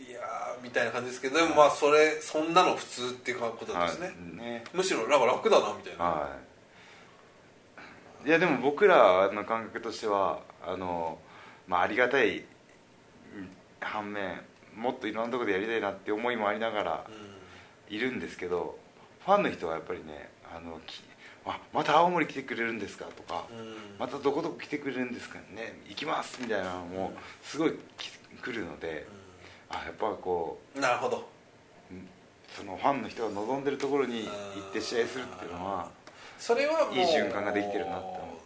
Speaker 2: れはいやーみたいな感じですけどでもまあそれそんなの普通っていうことなんですね、
Speaker 1: はいね
Speaker 2: むしろなんか楽だなみたいな、
Speaker 1: はいやでも僕らの感覚としてはあの、まあ、ありがたい反面もっといろんなところでやりたいなって思いもありながらいるんですけどファンの人はやっぱりねあのきあまた青森来てくれるんですかとか、またどこどこ来てくれるんですかね行きますみたいなのもすごいき来るので、あやっぱこ
Speaker 2: うんなるほど
Speaker 1: うそのファンの人が望んでるところに行って試合するっていうのは
Speaker 2: それはもう
Speaker 1: いい循環ができてるなって思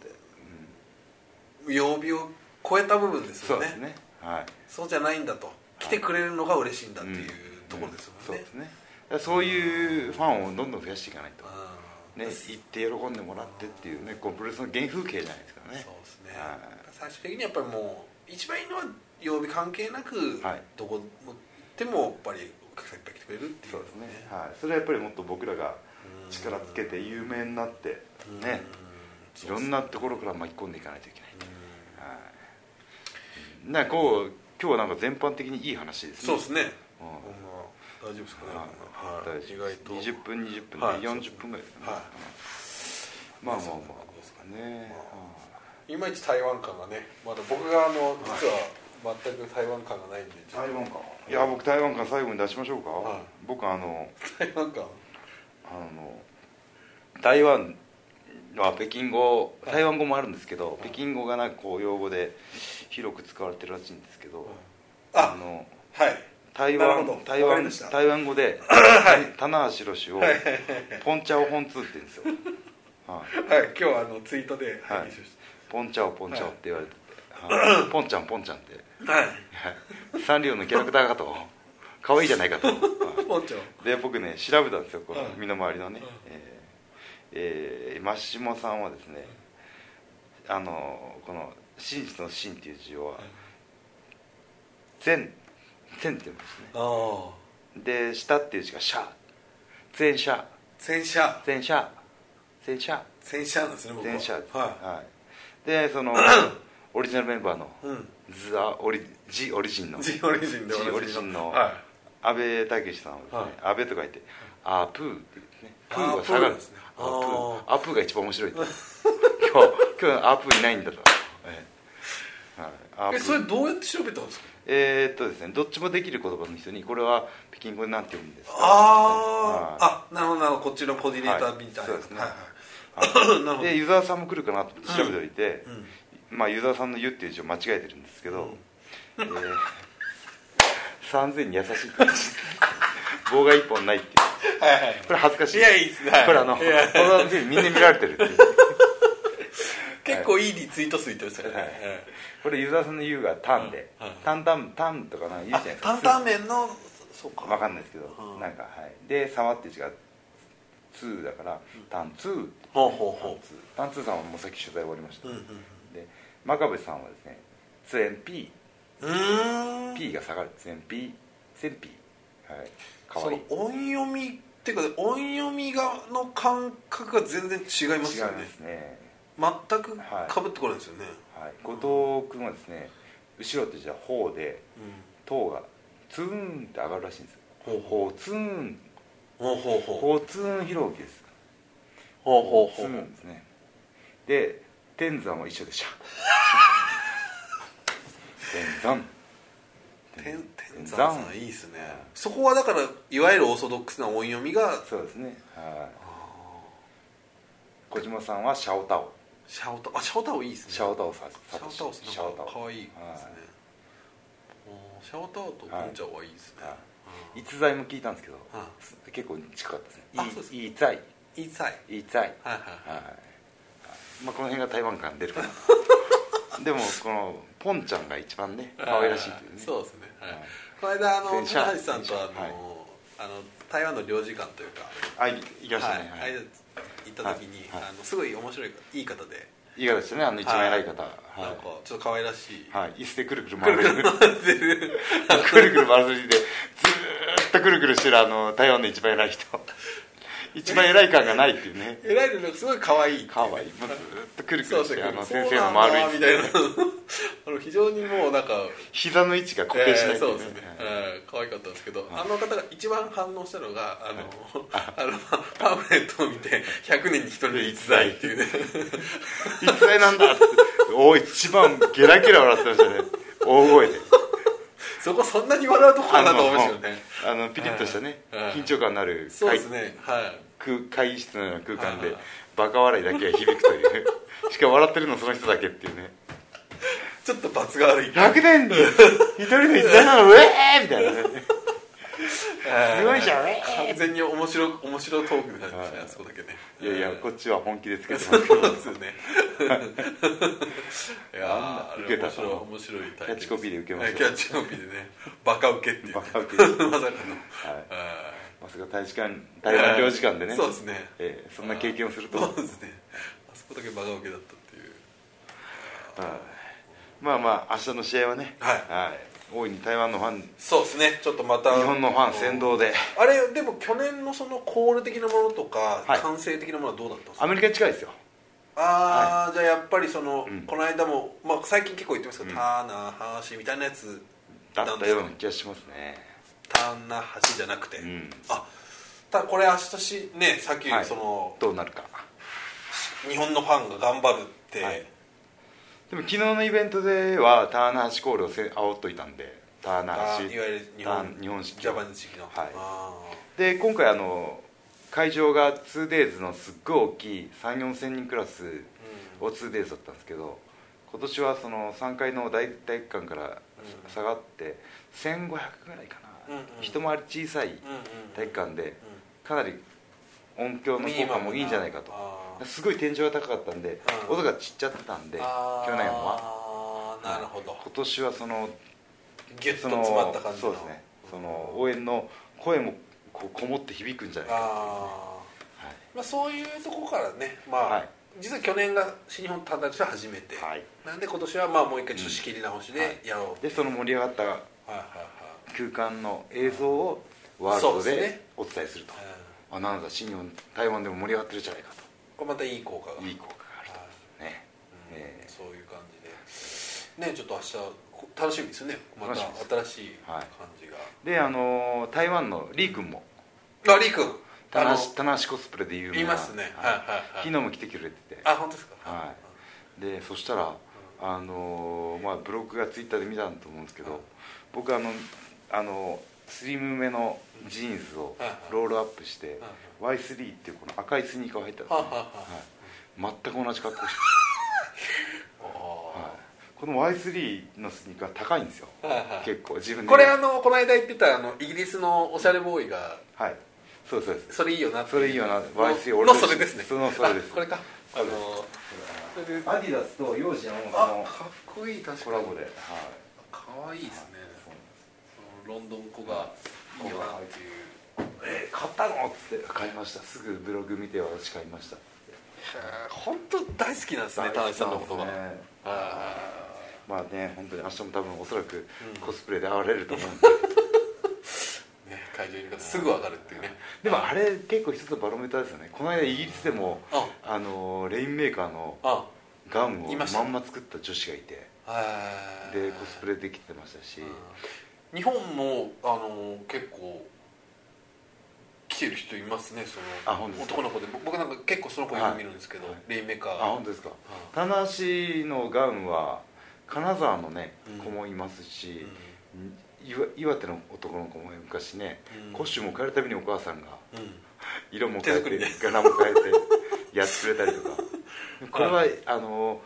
Speaker 1: って、
Speaker 2: 曜日を超えた部分です
Speaker 1: そ
Speaker 2: よ
Speaker 1: う
Speaker 2: ね
Speaker 1: ですねはい
Speaker 2: そうじゃないんだと来てくれるのが嬉しいんだっていうところです
Speaker 1: うん
Speaker 2: もん
Speaker 1: そう
Speaker 2: ね
Speaker 1: ですねだからそういうファンをどんどん増やしていかないと
Speaker 2: うん
Speaker 1: ね行って喜んでもらってっていうねこうプロレスの原風景じゃないですかね
Speaker 2: そうですね
Speaker 1: は
Speaker 2: 最終的にやっぱりもう一番いいのは曜日関係なく
Speaker 1: はい
Speaker 2: どこも行ってもやっぱりお客さんいっぱい来てくれるっていう
Speaker 1: そ
Speaker 2: の
Speaker 1: う
Speaker 2: が
Speaker 1: ですねはいそれはやっぱりもっと僕らが力つけて有名になってねいろん
Speaker 2: な
Speaker 1: なところから巻き込んでいかないといけないはいなんかこう今日はなんか全般的にいい話ですね
Speaker 2: そうですね
Speaker 1: うん
Speaker 2: こんな大丈夫ですかね
Speaker 1: はい
Speaker 2: こんなは
Speaker 1: 大
Speaker 2: い
Speaker 1: 丈
Speaker 2: 意
Speaker 1: 夫
Speaker 2: 外
Speaker 1: です
Speaker 2: と
Speaker 1: 20分20分で
Speaker 2: はい
Speaker 1: 40分ぐらいですかね
Speaker 2: は
Speaker 1: うんまあまあま
Speaker 2: そんな感じですか
Speaker 1: あね
Speaker 2: いまいち台湾感がねまだ僕があの実は全く台湾感がないんでちょっと
Speaker 1: 感いや僕台湾感最後に出しましょうか、
Speaker 2: はい
Speaker 1: 僕あの
Speaker 2: 台湾感
Speaker 1: あの台湾は北京語台湾語もあるんですけど、
Speaker 2: はい
Speaker 1: 北京語がなんかこう用語で広く使われてるらしいんですけど、
Speaker 2: あ
Speaker 1: の
Speaker 2: はい
Speaker 1: 台
Speaker 2: なるほ
Speaker 1: 湾
Speaker 2: ど
Speaker 1: 台
Speaker 2: わか
Speaker 1: 湾
Speaker 2: りました
Speaker 1: 台湾語で、棚橋宏を、ポンチャオ本通って言うんですよ、はい
Speaker 2: はい、今日あのツイートで拝見しまし
Speaker 1: ポンチャオポンチャオって言われてて、はいポンちゃんポンちゃんって
Speaker 2: たはい、
Speaker 1: はいサンリオのキャラクターかと可愛いじゃないかと、はい
Speaker 2: ポンチョ
Speaker 1: で僕ね調べたんですよこの
Speaker 2: うん
Speaker 1: 身の回りのね、
Speaker 2: うん
Speaker 1: えーえーマシモさんはですねあのこの「真実の真」っていう字は「全」「全」って言うんですね
Speaker 2: ああ
Speaker 1: で「下」っていう字が「シャ」「全シャ」
Speaker 2: 洗
Speaker 1: 「
Speaker 2: 車
Speaker 1: 全シャ」「全シャ」
Speaker 2: 洗車なんですね
Speaker 1: 「
Speaker 2: 僕は
Speaker 1: 全シャ」
Speaker 2: は
Speaker 1: はい、でそ のオリジナルメンバーの
Speaker 2: い、うん
Speaker 1: ザ・オリジ・オリジンの
Speaker 2: ジオリジンで
Speaker 1: ジオリジンの
Speaker 2: は
Speaker 1: 安倍武さんはですね、安倍と書いて「アープー」って言ってねプー
Speaker 2: あー
Speaker 1: が下がる
Speaker 2: プーですね
Speaker 1: アープー
Speaker 2: あ
Speaker 1: アープーが一番面白 いって今日今日アープーいないんだと、ええはい、アー
Speaker 2: い
Speaker 1: プ
Speaker 2: えそれ
Speaker 1: ー
Speaker 2: どうやって調べたんですか
Speaker 1: えーっとですねどっちもできる言葉の人にこれは北京語でなんて読むんですかはい
Speaker 2: ああなるほどなるほどこっちのコーディネーターみたい
Speaker 1: はい
Speaker 2: な、
Speaker 1: そうですね
Speaker 2: はいはい、 なるほど
Speaker 1: で湯沢さんも来るかなと思って調べておいて、
Speaker 2: うん
Speaker 1: まあ湯沢さんの「湯」っていう字を間違えてるんですけど、えー、3000に優しいって言って棒が一本ないっていう
Speaker 2: はいはい
Speaker 1: これ恥ずかしい
Speaker 2: いやいいですねはい
Speaker 1: これあの
Speaker 2: いや
Speaker 1: この店みんな見られてるっていう
Speaker 2: 結構いいリツイート数いってましたね、
Speaker 1: はいこれ湯沢さんの「湯」が「タン」で
Speaker 2: うんうん
Speaker 1: 「タンタンタン」とかなんか言うじゃな
Speaker 2: あ
Speaker 1: いです
Speaker 2: 担
Speaker 1: か
Speaker 2: 々麺のそうか
Speaker 1: わかんないですけど
Speaker 2: うん
Speaker 1: なんかはいで「様」っていう字が「ツー」だから「タンツー」
Speaker 2: ほうほう
Speaker 1: タン
Speaker 2: ほ
Speaker 1: ツータンツーさんはもうさっき取材終わりました
Speaker 2: ううんうん
Speaker 1: で真壁さんはですね「ツエンピー」
Speaker 2: うんうーん
Speaker 1: P が下がるですね P センピーはいか
Speaker 2: そ
Speaker 1: わい
Speaker 2: の
Speaker 1: い
Speaker 2: 音読みっていうか音読みがの感覚が全然違います
Speaker 1: 違
Speaker 2: よ
Speaker 1: うん
Speaker 2: ね
Speaker 1: ですね
Speaker 2: 全くかぶってこないですよね、
Speaker 1: はい後藤君はですね後ろってじゃあ「ほう」で「とう」がツーンって上がるらしいんですよ「
Speaker 2: ほう
Speaker 1: ほうツーン」
Speaker 2: ほうほ
Speaker 1: 「
Speaker 2: うほう
Speaker 1: ほうツーンひろうき」です
Speaker 2: ほう
Speaker 1: ほ
Speaker 2: ほ
Speaker 1: う
Speaker 2: うほ
Speaker 1: ツ
Speaker 2: う
Speaker 1: ーンですねで天山も一緒 でしょ天山
Speaker 2: 天天山
Speaker 1: 山
Speaker 2: さんいいですねそこはだからいわゆるオーソドックスな音読みが
Speaker 1: そうですねはい小島さんはシャオタオ
Speaker 2: シャオタオあシャオタオいいですね
Speaker 1: シャオタオさんシ
Speaker 2: シャオタオさん
Speaker 1: シャオタオ
Speaker 2: かわいいですね
Speaker 1: はい
Speaker 2: おーシャオタオとポンちゃんはいいですね
Speaker 1: はい逸材も聞いたんですけど、
Speaker 2: うん
Speaker 1: 結構近かったですね
Speaker 2: あそうです
Speaker 1: いい逸材
Speaker 2: いいさい
Speaker 1: いい材
Speaker 2: はいはい
Speaker 1: はい、まあ、この辺が台湾感出るか なでもこのポンちゃんが一番ね可愛らしいというね
Speaker 2: そうですね、はい
Speaker 1: はい
Speaker 2: この間あの
Speaker 1: 電車
Speaker 2: 高橋さんとあの,、
Speaker 1: 電車はい
Speaker 2: あの台湾の領事館というか
Speaker 1: あい行きましたね、
Speaker 2: は
Speaker 1: はいい
Speaker 2: はい行った時に、
Speaker 1: はいはい
Speaker 2: あのすごい面白いいい方で、
Speaker 1: いい方でしたねあの一番偉い方は
Speaker 2: なんかちょっと可愛らしい、
Speaker 1: い、はい、椅子でくるくる回る
Speaker 2: で
Speaker 1: くるくる回るでずーっとくるくるしてるあの台湾の一番偉い人一番偉い感がないっていうね
Speaker 2: 偉いのなんかすごい可愛い
Speaker 1: かわいいもうずーっとくるく
Speaker 2: そ
Speaker 1: る
Speaker 2: う
Speaker 1: し
Speaker 2: そう
Speaker 1: てあの
Speaker 2: そう
Speaker 1: 先
Speaker 2: なん
Speaker 1: 生
Speaker 2: だ
Speaker 1: の丸い
Speaker 2: みたいなあの非常にもうなんか
Speaker 1: 膝の位置が固定しない
Speaker 2: えー
Speaker 1: って
Speaker 2: そ
Speaker 1: いうう
Speaker 2: で
Speaker 1: ね
Speaker 2: すね、えー可愛かったんですけど、
Speaker 1: い
Speaker 2: あの方が一番反応したのがあの、 あのパンフレットを見て100年に一人で逸材っていうね
Speaker 1: いつだいなんだってお一番ゲラゲラ笑ってましたね大声で
Speaker 2: そこそんなに笑うとこかなと思うんですよね
Speaker 1: あのピリッとしたね
Speaker 2: はいはい
Speaker 1: 緊張感のある
Speaker 2: そう
Speaker 1: 会
Speaker 2: ですねはい
Speaker 1: 空会議室のような空間
Speaker 2: は
Speaker 1: で
Speaker 2: い
Speaker 1: バカ笑いだけが響くというしかも笑ってるのその人だけっていうね
Speaker 2: ちょっと罰が悪い
Speaker 1: 100年で一人の一代なのウェーみたいなねすごいじゃんウェー
Speaker 2: 完全に面白面白トークになりましたね
Speaker 1: はい
Speaker 2: あそこだけね
Speaker 1: いやいやこっちは本気でつけてますけ
Speaker 2: そう
Speaker 1: ど
Speaker 2: ですよね いやーあ
Speaker 1: 受け
Speaker 2: れ
Speaker 1: た
Speaker 2: 面白い面白い体験
Speaker 1: キャッチコピーで受けました
Speaker 2: キャッチコピーでねバカウケっていう、ね、
Speaker 1: バカウケ
Speaker 2: まさかの、はい
Speaker 1: はいまさか大使館大半領事館でね
Speaker 2: そうですね
Speaker 1: ええそんな経験をすると
Speaker 2: そうですねあそこだけバカウケだったっていう
Speaker 1: はいまあまあ明日の試合はね
Speaker 2: はい
Speaker 1: い大いに台湾のファン日
Speaker 2: そうですねちょっとまた
Speaker 1: 本のファン先導で
Speaker 2: あれでも去年のそのコール的なものとか、
Speaker 1: はい
Speaker 2: 完成的なものはどうだったんですか
Speaker 1: アメリカに近いですよ
Speaker 2: ああ、じゃあやっぱりその、
Speaker 1: うん
Speaker 2: この間も、まあ、最近結構言ってますけど、
Speaker 1: うん
Speaker 2: ターナーハーシみたいなやつ
Speaker 1: だったような
Speaker 2: な
Speaker 1: ん
Speaker 2: ですか
Speaker 1: 気がしますね
Speaker 2: ターナーハシじゃなくて、
Speaker 1: うん
Speaker 2: あただこれ明日しねさっき
Speaker 1: はい
Speaker 2: その、
Speaker 1: どうなるか
Speaker 2: 日本のファンが頑張るって、
Speaker 1: はいでも昨日のイベントではターナーシコールをせ煽っといたんでターナ
Speaker 2: あ
Speaker 1: ー
Speaker 2: ー
Speaker 1: シ
Speaker 2: いわゆる日本
Speaker 1: ターン日本式
Speaker 2: ジャパニーズ式の、
Speaker 1: はい
Speaker 2: あ
Speaker 1: で今回あの会場が 2days のすっごい大きい3 4千人クラスを 2days だったんですけど今年はその3階の大体育館から
Speaker 2: うん
Speaker 1: 下がって1500ぐらいかな、
Speaker 2: うんうん
Speaker 1: 一回り小さい
Speaker 2: ーうんうんうん
Speaker 1: 体育館で
Speaker 2: うん
Speaker 1: かなり音響の効果もいいんじゃないかと
Speaker 2: あー
Speaker 1: すごい天井が高かったんで、
Speaker 2: うん
Speaker 1: 音が散っちゃってたんで去
Speaker 2: あー
Speaker 1: 年は
Speaker 2: なるほど
Speaker 1: 今年はその
Speaker 2: ギュッと
Speaker 1: その
Speaker 2: 詰まった感じの
Speaker 1: そうですねその応援の声もこうこもって響くんじゃないか
Speaker 2: ああ、
Speaker 1: はい
Speaker 2: まあ、そういうとこからねまあ、
Speaker 1: はい
Speaker 2: 実は去年が新日本単体として初めて、
Speaker 1: はい
Speaker 2: なんで今年はまあもう一回ちょっと仕切り直し
Speaker 1: うんはい
Speaker 2: でやろうって
Speaker 1: で
Speaker 2: いう、
Speaker 1: その盛り上がった
Speaker 2: はいはい
Speaker 1: 空間の映像をワールド
Speaker 2: そうです
Speaker 1: で
Speaker 2: ね
Speaker 1: お伝えすると
Speaker 2: はい、うん
Speaker 1: あなんだ新日本台湾でも盛り上がってるじゃないか
Speaker 2: これまたいい効果が
Speaker 1: といい効果がある
Speaker 2: はい
Speaker 1: とね
Speaker 2: うん
Speaker 1: え
Speaker 2: そういう感じでねちょっと明日こ楽しみですねまた
Speaker 1: 楽しみ
Speaker 2: 新しい
Speaker 1: は
Speaker 2: 感
Speaker 1: い
Speaker 2: じが、
Speaker 1: であのー台湾のリー君も
Speaker 2: あリー君あ
Speaker 1: 棚
Speaker 2: の
Speaker 1: 橋棚橋コスプレで有名ない
Speaker 2: ますねはいはいはい
Speaker 1: 昨日も来てくれてて
Speaker 2: あ本当ですか
Speaker 1: はでそしたらあのーまあブログがツイッターで見たんだと思うんですけ
Speaker 2: うん
Speaker 1: ど僕あのあのスリムめのジーンズを
Speaker 2: はいはい
Speaker 1: ロールアップして
Speaker 2: は
Speaker 1: Y3 っていうこの赤いスニーカーを履いたんですね
Speaker 2: はいはい
Speaker 1: はい全く同じ格好して
Speaker 2: あ
Speaker 1: この Y3 のスニーカー高いんですよ
Speaker 2: ーはいはいはい
Speaker 1: 結構自分で
Speaker 2: これあのこの間言ってたあのイギリスのおしゃれボーイが
Speaker 1: はいそうそうです
Speaker 2: それいいよなって
Speaker 1: それいいよな Y3
Speaker 2: の
Speaker 1: 俺
Speaker 2: のそれですね
Speaker 1: そのそれです
Speaker 2: あこれかあのそれであ
Speaker 1: アディダスと幼児の
Speaker 2: かっこいい確かに
Speaker 1: コラボではい
Speaker 2: かわいいですね
Speaker 1: そう
Speaker 2: そのロンドン子がいいよなっていう
Speaker 1: えー買ったのっつって買いましたすぐブログ見て私買いました
Speaker 2: 本当大好きなんですね田
Speaker 1: 大好き
Speaker 2: 中さん
Speaker 1: な
Speaker 2: の
Speaker 1: んです
Speaker 2: ことが
Speaker 1: ね
Speaker 2: あ
Speaker 1: まあね本当に明日も多分おそらく
Speaker 2: うん
Speaker 1: コスプレで会われると 思うんで
Speaker 2: ーね会場にいる方すぐ分かるっていうね
Speaker 1: でもあれ結構一つのバロメーターですよねこの間イギリスでも
Speaker 2: あ
Speaker 1: あのレインメーカーの
Speaker 2: あ
Speaker 1: ガウンを
Speaker 2: いました
Speaker 1: まんま作った女子がいて
Speaker 2: はい
Speaker 1: でコスプレできてましたし
Speaker 2: うん日本もあの結構来てる人いますねそ
Speaker 1: あ
Speaker 2: の
Speaker 1: 本当ですか
Speaker 2: 男の子で僕僕なんか結構その子よ
Speaker 1: は
Speaker 2: く
Speaker 1: い
Speaker 2: 見るんですけど、
Speaker 1: はい
Speaker 2: レインメーカー
Speaker 1: あ本当ですか
Speaker 2: う
Speaker 1: 棚橋のガウンは金沢のね
Speaker 2: うん
Speaker 1: 子もいます
Speaker 2: ん
Speaker 1: し、岩岩手の男の子も昔ね、
Speaker 2: うん
Speaker 1: コッシュも変えるたびにお母さんが
Speaker 2: うん
Speaker 1: 色も変え
Speaker 2: 手作
Speaker 1: て、
Speaker 2: りで
Speaker 1: 柄も変えてやってくれたりとか これはあの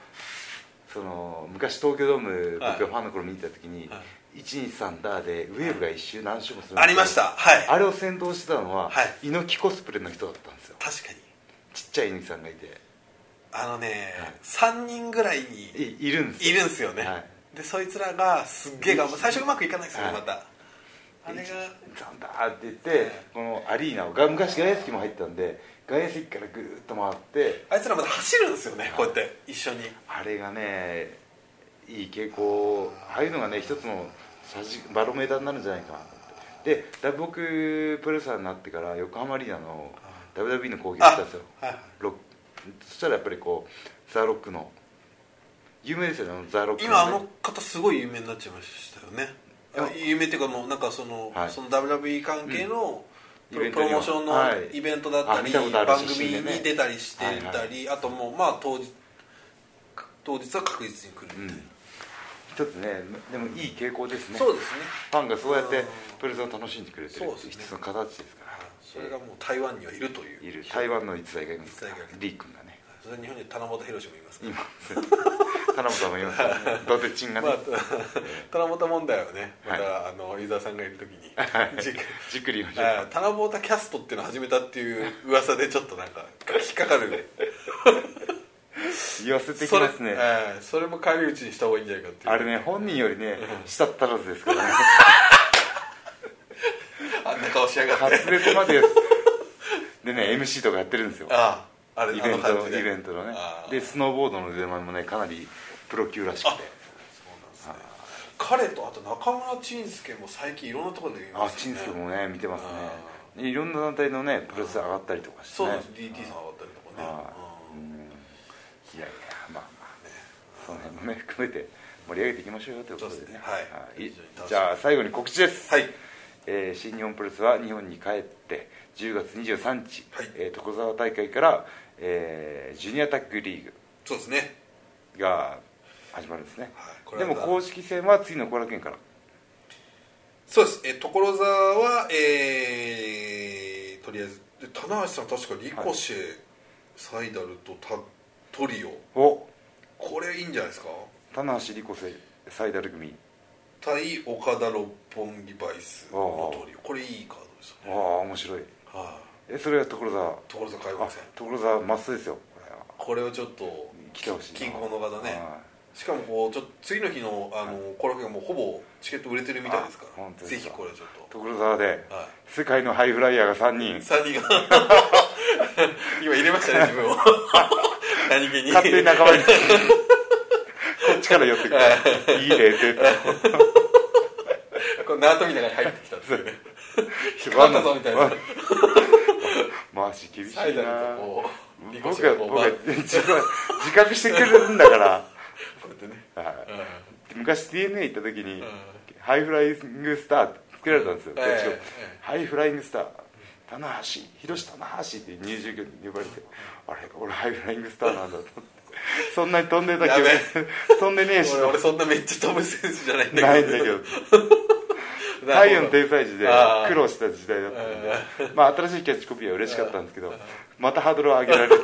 Speaker 1: その昔東京ドーム僕
Speaker 2: は
Speaker 1: が
Speaker 2: い
Speaker 1: ファンの頃見てた時に、
Speaker 2: は
Speaker 1: 123ダーでウェーブが一周何周もするんですけど
Speaker 2: ありましたはい
Speaker 1: あれを先導してたのは、
Speaker 2: は
Speaker 1: 猪木コスプレの人だったんですよ
Speaker 2: 確かに
Speaker 1: ちっちゃい猪木さんがいて
Speaker 2: あのね、
Speaker 1: はい
Speaker 2: 三3人ぐらいに
Speaker 1: いいるんです
Speaker 2: い
Speaker 1: よ
Speaker 2: るんですよね、
Speaker 1: はい
Speaker 2: でそいつらがすっげえ頑張る最初うまくいかないですよね、
Speaker 1: はい
Speaker 2: またあれが
Speaker 1: ザンダーって言ってこのアリーナをが昔外野席も入ってたんで外野席からぐーっと回って
Speaker 2: あいつらまた走るんですよねこうやって一緒に
Speaker 1: あれがねいい傾向ああいうのがね一つのさじバロメーターになるんじゃないかなと思ってでだ僕プロレスラーになってから横浜アリーナの WWE の講義を
Speaker 2: あ
Speaker 1: したんですよ
Speaker 2: はいはい
Speaker 1: ロックそしたらやっぱりこうザ・ロックの有名ですよねあのザ・ロックのね
Speaker 2: 今あの方すごい有名になっちゃいましたよねあ有名っていうかもうなんかその,、
Speaker 1: はい
Speaker 2: その WWE 関係の
Speaker 1: うん
Speaker 2: プロ,、
Speaker 1: イベン
Speaker 2: プ
Speaker 1: トには
Speaker 2: ロモーション
Speaker 1: はい
Speaker 2: のイベントだった
Speaker 1: あ見
Speaker 2: り、
Speaker 1: たことある
Speaker 2: 番
Speaker 1: 写
Speaker 2: 組
Speaker 1: 真でね
Speaker 2: に出たりしてた
Speaker 1: はい
Speaker 2: り、あともうまあ当日当日は確実に来るみたいな、
Speaker 1: 一つねでもいい傾向ですね
Speaker 2: そうですね
Speaker 1: ファンがそうやっ
Speaker 2: う
Speaker 1: て
Speaker 2: ん
Speaker 1: プロレスを楽しんでくれてる
Speaker 2: そう
Speaker 1: って
Speaker 2: で
Speaker 1: 一
Speaker 2: すね
Speaker 1: つの形ですから
Speaker 2: それがもう台湾にはいるという
Speaker 1: いる台湾の逸材がいますから
Speaker 2: 逸材がいる
Speaker 1: リー君がね
Speaker 2: それは日本には七夕博士もいますから
Speaker 1: 今 田中さんもいますからね伊達チンがね
Speaker 2: まあ、七夕問題はねまた、
Speaker 1: は
Speaker 2: あのユーザーさんがいるときに、じっくり
Speaker 1: じっくり言いましょう
Speaker 2: ああ七夕キャストっていうのを始めたっていう噂でちょっとなんか引っかかる
Speaker 1: 言わせてき
Speaker 2: それ
Speaker 1: ますね
Speaker 2: ええそれも返り討ちにした方がいいんじゃないかっていう
Speaker 1: あれね本人よりね下ったらずです からね
Speaker 2: あんな顔しやがって
Speaker 1: 滑舌まででね MC とかやってるんですよ
Speaker 2: あああれ
Speaker 1: イベン
Speaker 2: あの感
Speaker 1: ト
Speaker 2: じで
Speaker 1: イベントのね
Speaker 2: ああ
Speaker 1: でスノーボードの腕前もねかなりプロ級らしくて
Speaker 2: そうなんですね彼とあと中村珍介も最近いろんなところで見
Speaker 1: あ
Speaker 2: ま
Speaker 1: っ
Speaker 2: す
Speaker 1: ち
Speaker 2: よ
Speaker 1: んすけもね見てます
Speaker 2: あ
Speaker 1: ねいろんな団体のねプロレス上がったりとかして
Speaker 2: そう
Speaker 1: ね
Speaker 2: なんです DT さん上がったりとかね
Speaker 1: あ
Speaker 2: うん
Speaker 1: いやいやまあまあねその辺もね含めて盛り上げていきましょうよということでね
Speaker 2: そうですねはい
Speaker 1: い
Speaker 2: 非常に楽しみ
Speaker 1: じゃあ最後に告知です
Speaker 2: はい
Speaker 1: えー新日本プロレスは日本に帰って10月23日、
Speaker 2: はい
Speaker 1: えー所沢大会から、えージュニアタッグリー
Speaker 2: そうですね
Speaker 1: グが始まるんですね、
Speaker 2: はいこ
Speaker 1: で
Speaker 2: れ
Speaker 1: も
Speaker 2: は
Speaker 1: 公式戦は次の後楽園から
Speaker 2: そうです、えー所沢は、えーとりあえずで棚橋さん確かリコシェ、サイダルとタトリオ
Speaker 1: お
Speaker 2: これいいんじゃないですか
Speaker 1: 棚橋莉子せサイダル組
Speaker 2: 対岡田六本木バイスのトリオこれいいカードですよ
Speaker 1: ああ
Speaker 2: ね
Speaker 1: 面白い
Speaker 2: は
Speaker 1: えそれは所沢
Speaker 2: い所沢開
Speaker 1: あ
Speaker 2: 幕戦
Speaker 1: 所沢マストですよこれは
Speaker 2: これをちょっと
Speaker 1: 来てほしいな
Speaker 2: 近郊の方ね
Speaker 1: は
Speaker 2: しかもこうちょっと次の日のあの後楽園がもうほぼチケット売れてるみたいですか
Speaker 1: あ本当
Speaker 2: ら
Speaker 1: です
Speaker 2: ぜ
Speaker 1: か
Speaker 2: ひこれちょっ
Speaker 1: い所沢で
Speaker 2: とはい
Speaker 1: 世界のハイフライヤーが3人
Speaker 2: 3人が今入れましたね自分 を何気に
Speaker 1: 勝手に仲間に こっちから寄ってくるいいねって
Speaker 2: こう縄跳びの中に入ってきたっていうね引っ
Speaker 1: わ
Speaker 2: かかったぞみたいな
Speaker 1: マジ厳しいな
Speaker 2: サイダルとこうリコシ
Speaker 1: 僕
Speaker 2: が
Speaker 1: は
Speaker 2: こう
Speaker 1: 僕
Speaker 2: バ
Speaker 1: は
Speaker 2: ー
Speaker 1: 自自覚してくるんだから
Speaker 2: こうやってね
Speaker 1: は
Speaker 2: うん
Speaker 1: い昔 DNA 行った時に
Speaker 2: うん
Speaker 1: ハイフライングスターって作られたんですよ
Speaker 2: ええ
Speaker 1: どっちか
Speaker 2: ええ
Speaker 1: ハイフライングスター棚橋広志棚橋って入場曲に呼ばれてあれ俺ハイフライングスターなんだと思ってそんなに飛んでたけ
Speaker 2: やべ
Speaker 1: ど飛んでねえし
Speaker 2: 俺俺そんなめっちゃ飛ぶセンスじ ゃないんだけど
Speaker 1: ないんだけど太陽の天才児で
Speaker 2: あー
Speaker 1: 苦労した時代だったんで まあ新しいキャッチコピーは嬉しかったんですけど
Speaker 2: あー
Speaker 1: またハードルを上げられて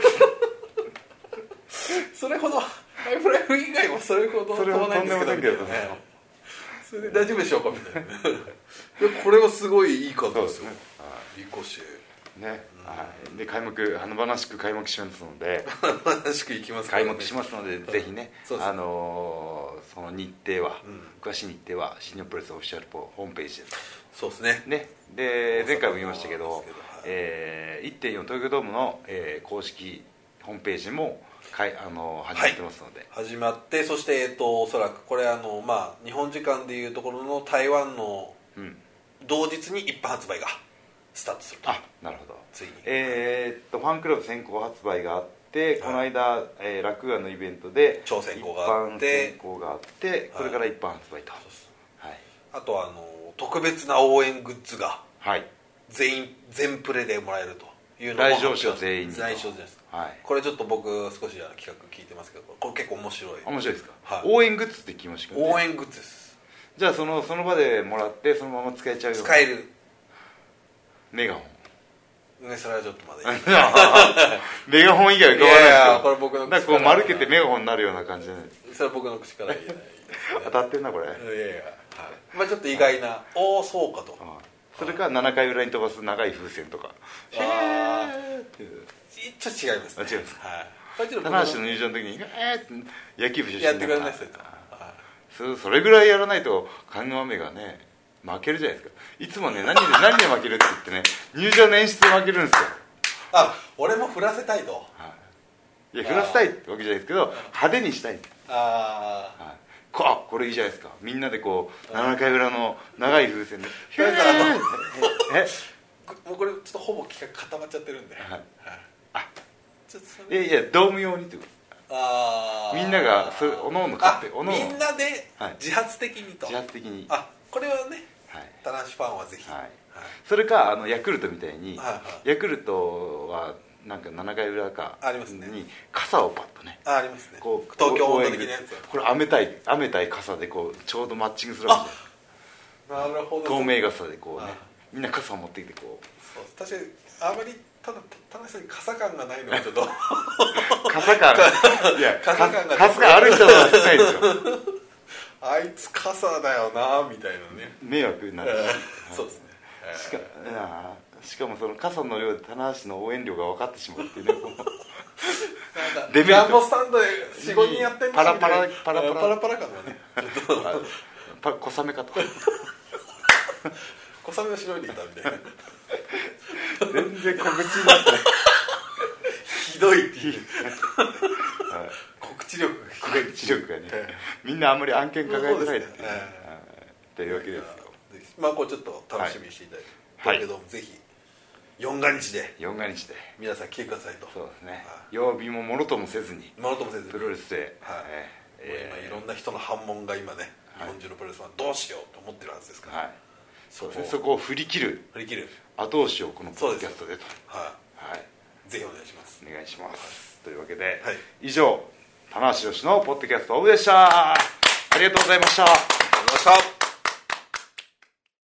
Speaker 2: それほどハイフライフ以外もそれほど
Speaker 1: それはとんでもないんだよ
Speaker 2: 飛ばないんですけどねそれで大丈夫でしょうかみたいな でこれはすごいいいカードですよ
Speaker 1: そうです
Speaker 2: リコシェ
Speaker 1: ねはいで開幕華々しく開幕しますので
Speaker 2: 楽しくいきますから
Speaker 1: 開
Speaker 2: ね
Speaker 1: 幕しますのでぜひね
Speaker 2: そうです
Speaker 1: あのーその日程は
Speaker 2: うん
Speaker 1: 詳しい日程は新日本プロレスオフィシャルホームページです
Speaker 2: そうですね
Speaker 1: ね、で
Speaker 2: 大阪
Speaker 1: 前回も言いましたけ
Speaker 2: の方
Speaker 1: ど
Speaker 2: ですけどはい、
Speaker 1: えー1.4東京ドームの、えー公式ホームページもかい、あのー始まってますので、
Speaker 2: 始まってそしてえっとおそらくこれあのまあ日本時間でいうところの台湾の
Speaker 1: うん、
Speaker 2: 同日に一般発売がスタートすると
Speaker 1: あなるほど
Speaker 2: ついに
Speaker 1: えーっとファンクラブ先行発売があってこの間、えー、落語のイベントで
Speaker 2: 超先行があって
Speaker 1: 一般先行があってこれから一般発売と
Speaker 2: うです
Speaker 1: はい、
Speaker 2: あとあの特別な応援グッズが
Speaker 1: はい、
Speaker 2: 全員全プレでもらえるというのも
Speaker 1: 来場者全員にと
Speaker 2: 来場者です
Speaker 1: はい
Speaker 2: これちょっと僕少しあの企画聞いてますけどこれ結構面白い
Speaker 1: 面白いですか、
Speaker 2: はい
Speaker 1: 応援グッズって聞きましたけどね、
Speaker 2: 応援グッズです
Speaker 1: じゃあそのその場でもらってそのまま使えちゃうような
Speaker 2: 使える
Speaker 1: メガホン
Speaker 2: ねそれはちょっとまだいい
Speaker 1: メガホン以外は買わないですよ
Speaker 2: いやいやこれ僕の口
Speaker 1: なんかこう
Speaker 2: からは
Speaker 1: 丸けてメガホンになるような感じで
Speaker 2: それは僕の口から言えない
Speaker 1: 当たってんなこれ、
Speaker 2: いやいや、はい、まあちょっと意外な、おおそうかと
Speaker 1: ああそれから7回裏に飛ばす長い風船とかへ
Speaker 2: あ
Speaker 1: ーっていう
Speaker 2: ちょっと違います、ね、
Speaker 1: あ違います
Speaker 2: はいこれちょっと僕
Speaker 1: 棚橋の入場の時に「えーって野球部出身
Speaker 2: やってくだ
Speaker 1: か
Speaker 2: さ
Speaker 1: ら
Speaker 2: いとは
Speaker 1: それそれぐらいやらないと上沼目がね負けるじゃないですかいつもね何で何で負けるって言ってね入場の演出で負けるんですよ、
Speaker 2: いあ俺も振らせたいと
Speaker 1: はい、いや振らせたいってわけじゃないですけど派手にしたいんです
Speaker 2: ああ
Speaker 1: はいこあこれいいじゃないですかみんなでこう7回裏の長い風船で「へ
Speaker 2: れさ
Speaker 1: ーえ
Speaker 2: もうこれちょっとほぼ企画固まっちゃってるんで、
Speaker 1: はい
Speaker 2: あ
Speaker 1: あ
Speaker 2: ちょっとそ
Speaker 1: いや
Speaker 2: れ
Speaker 1: いやドーム用にってこと
Speaker 2: あー
Speaker 1: みんながそれおのおの買って
Speaker 2: あ
Speaker 1: おのおの
Speaker 2: みんなで
Speaker 1: はい
Speaker 2: 自発的にと、
Speaker 1: 自発的には
Speaker 2: あこれはね
Speaker 1: い
Speaker 2: 田中ファンはぜひ、
Speaker 1: はい
Speaker 2: はい
Speaker 1: それかあのヤクルトみたいに、
Speaker 2: はいはい
Speaker 1: ヤクルトはなんか7回裏か
Speaker 2: ありますね
Speaker 1: に傘をパッとね
Speaker 2: あありますね
Speaker 1: こう
Speaker 2: 東京
Speaker 1: 応
Speaker 2: 温
Speaker 1: 援
Speaker 2: 度的なやつ
Speaker 1: これ雨たい雨たい傘でこうちょうどマッチングするわ
Speaker 2: あなるほ
Speaker 1: け
Speaker 2: ど
Speaker 1: 透明傘でこうね
Speaker 2: あ
Speaker 1: みんな傘を持ってきてこう
Speaker 2: そう確かにあまりただ田中さんに傘感がないのはちょっと
Speaker 1: 傘感いや
Speaker 2: 傘
Speaker 1: 傘
Speaker 2: 感
Speaker 1: 感
Speaker 2: が
Speaker 1: ある人は少ないですよ
Speaker 2: あいつ傘だよなみたいなね
Speaker 1: 迷惑になるし
Speaker 2: そうですね
Speaker 1: しかあーしかもその傘の量で棚橋の応援量が分かってしまうってい うねこう
Speaker 2: なんか
Speaker 1: デメ
Speaker 2: ジ
Speaker 1: リット
Speaker 2: ャンボスタンドで45人やってんの
Speaker 1: パラパラ
Speaker 2: みたいな
Speaker 1: パラパラ
Speaker 2: パラパラ感がね
Speaker 1: あパ小雨かと
Speaker 2: 小雨の白いでいたみたいな
Speaker 1: 全然告知になってない
Speaker 2: ひどいっていう 告知力がひどい
Speaker 1: 知力がね
Speaker 2: ええ
Speaker 1: みんなあんまり案件抱えづらいっていう
Speaker 2: そうですねえ
Speaker 1: はいというわけですよ
Speaker 2: ぜひまあこれちょっと楽しみにしていただいて、
Speaker 1: はい
Speaker 2: 東京ドームぜひ4が日で
Speaker 1: 4が日で
Speaker 2: 皆さん来てくださいと
Speaker 1: そうですね
Speaker 2: はい
Speaker 1: 曜日ももろともせずに
Speaker 2: ものともせず
Speaker 1: プロレスで
Speaker 2: はい
Speaker 1: え
Speaker 2: もう
Speaker 1: ー
Speaker 2: 今いろんな人の反問が今ね、
Speaker 1: はい
Speaker 2: 日本中のプロレスはどうしようと思ってるはずですから、
Speaker 1: はいそうですね
Speaker 2: そ
Speaker 1: そ
Speaker 2: こ
Speaker 1: こを振り切る
Speaker 2: 振り切る
Speaker 1: 後押しをこのポッドキャストでと
Speaker 2: は
Speaker 1: はい
Speaker 2: いぜひお願いします
Speaker 1: お願いしますというわけで
Speaker 2: はい
Speaker 1: 以上棚橋宏のポッドキャストオブでしたありがとうございました
Speaker 2: ありがとうございました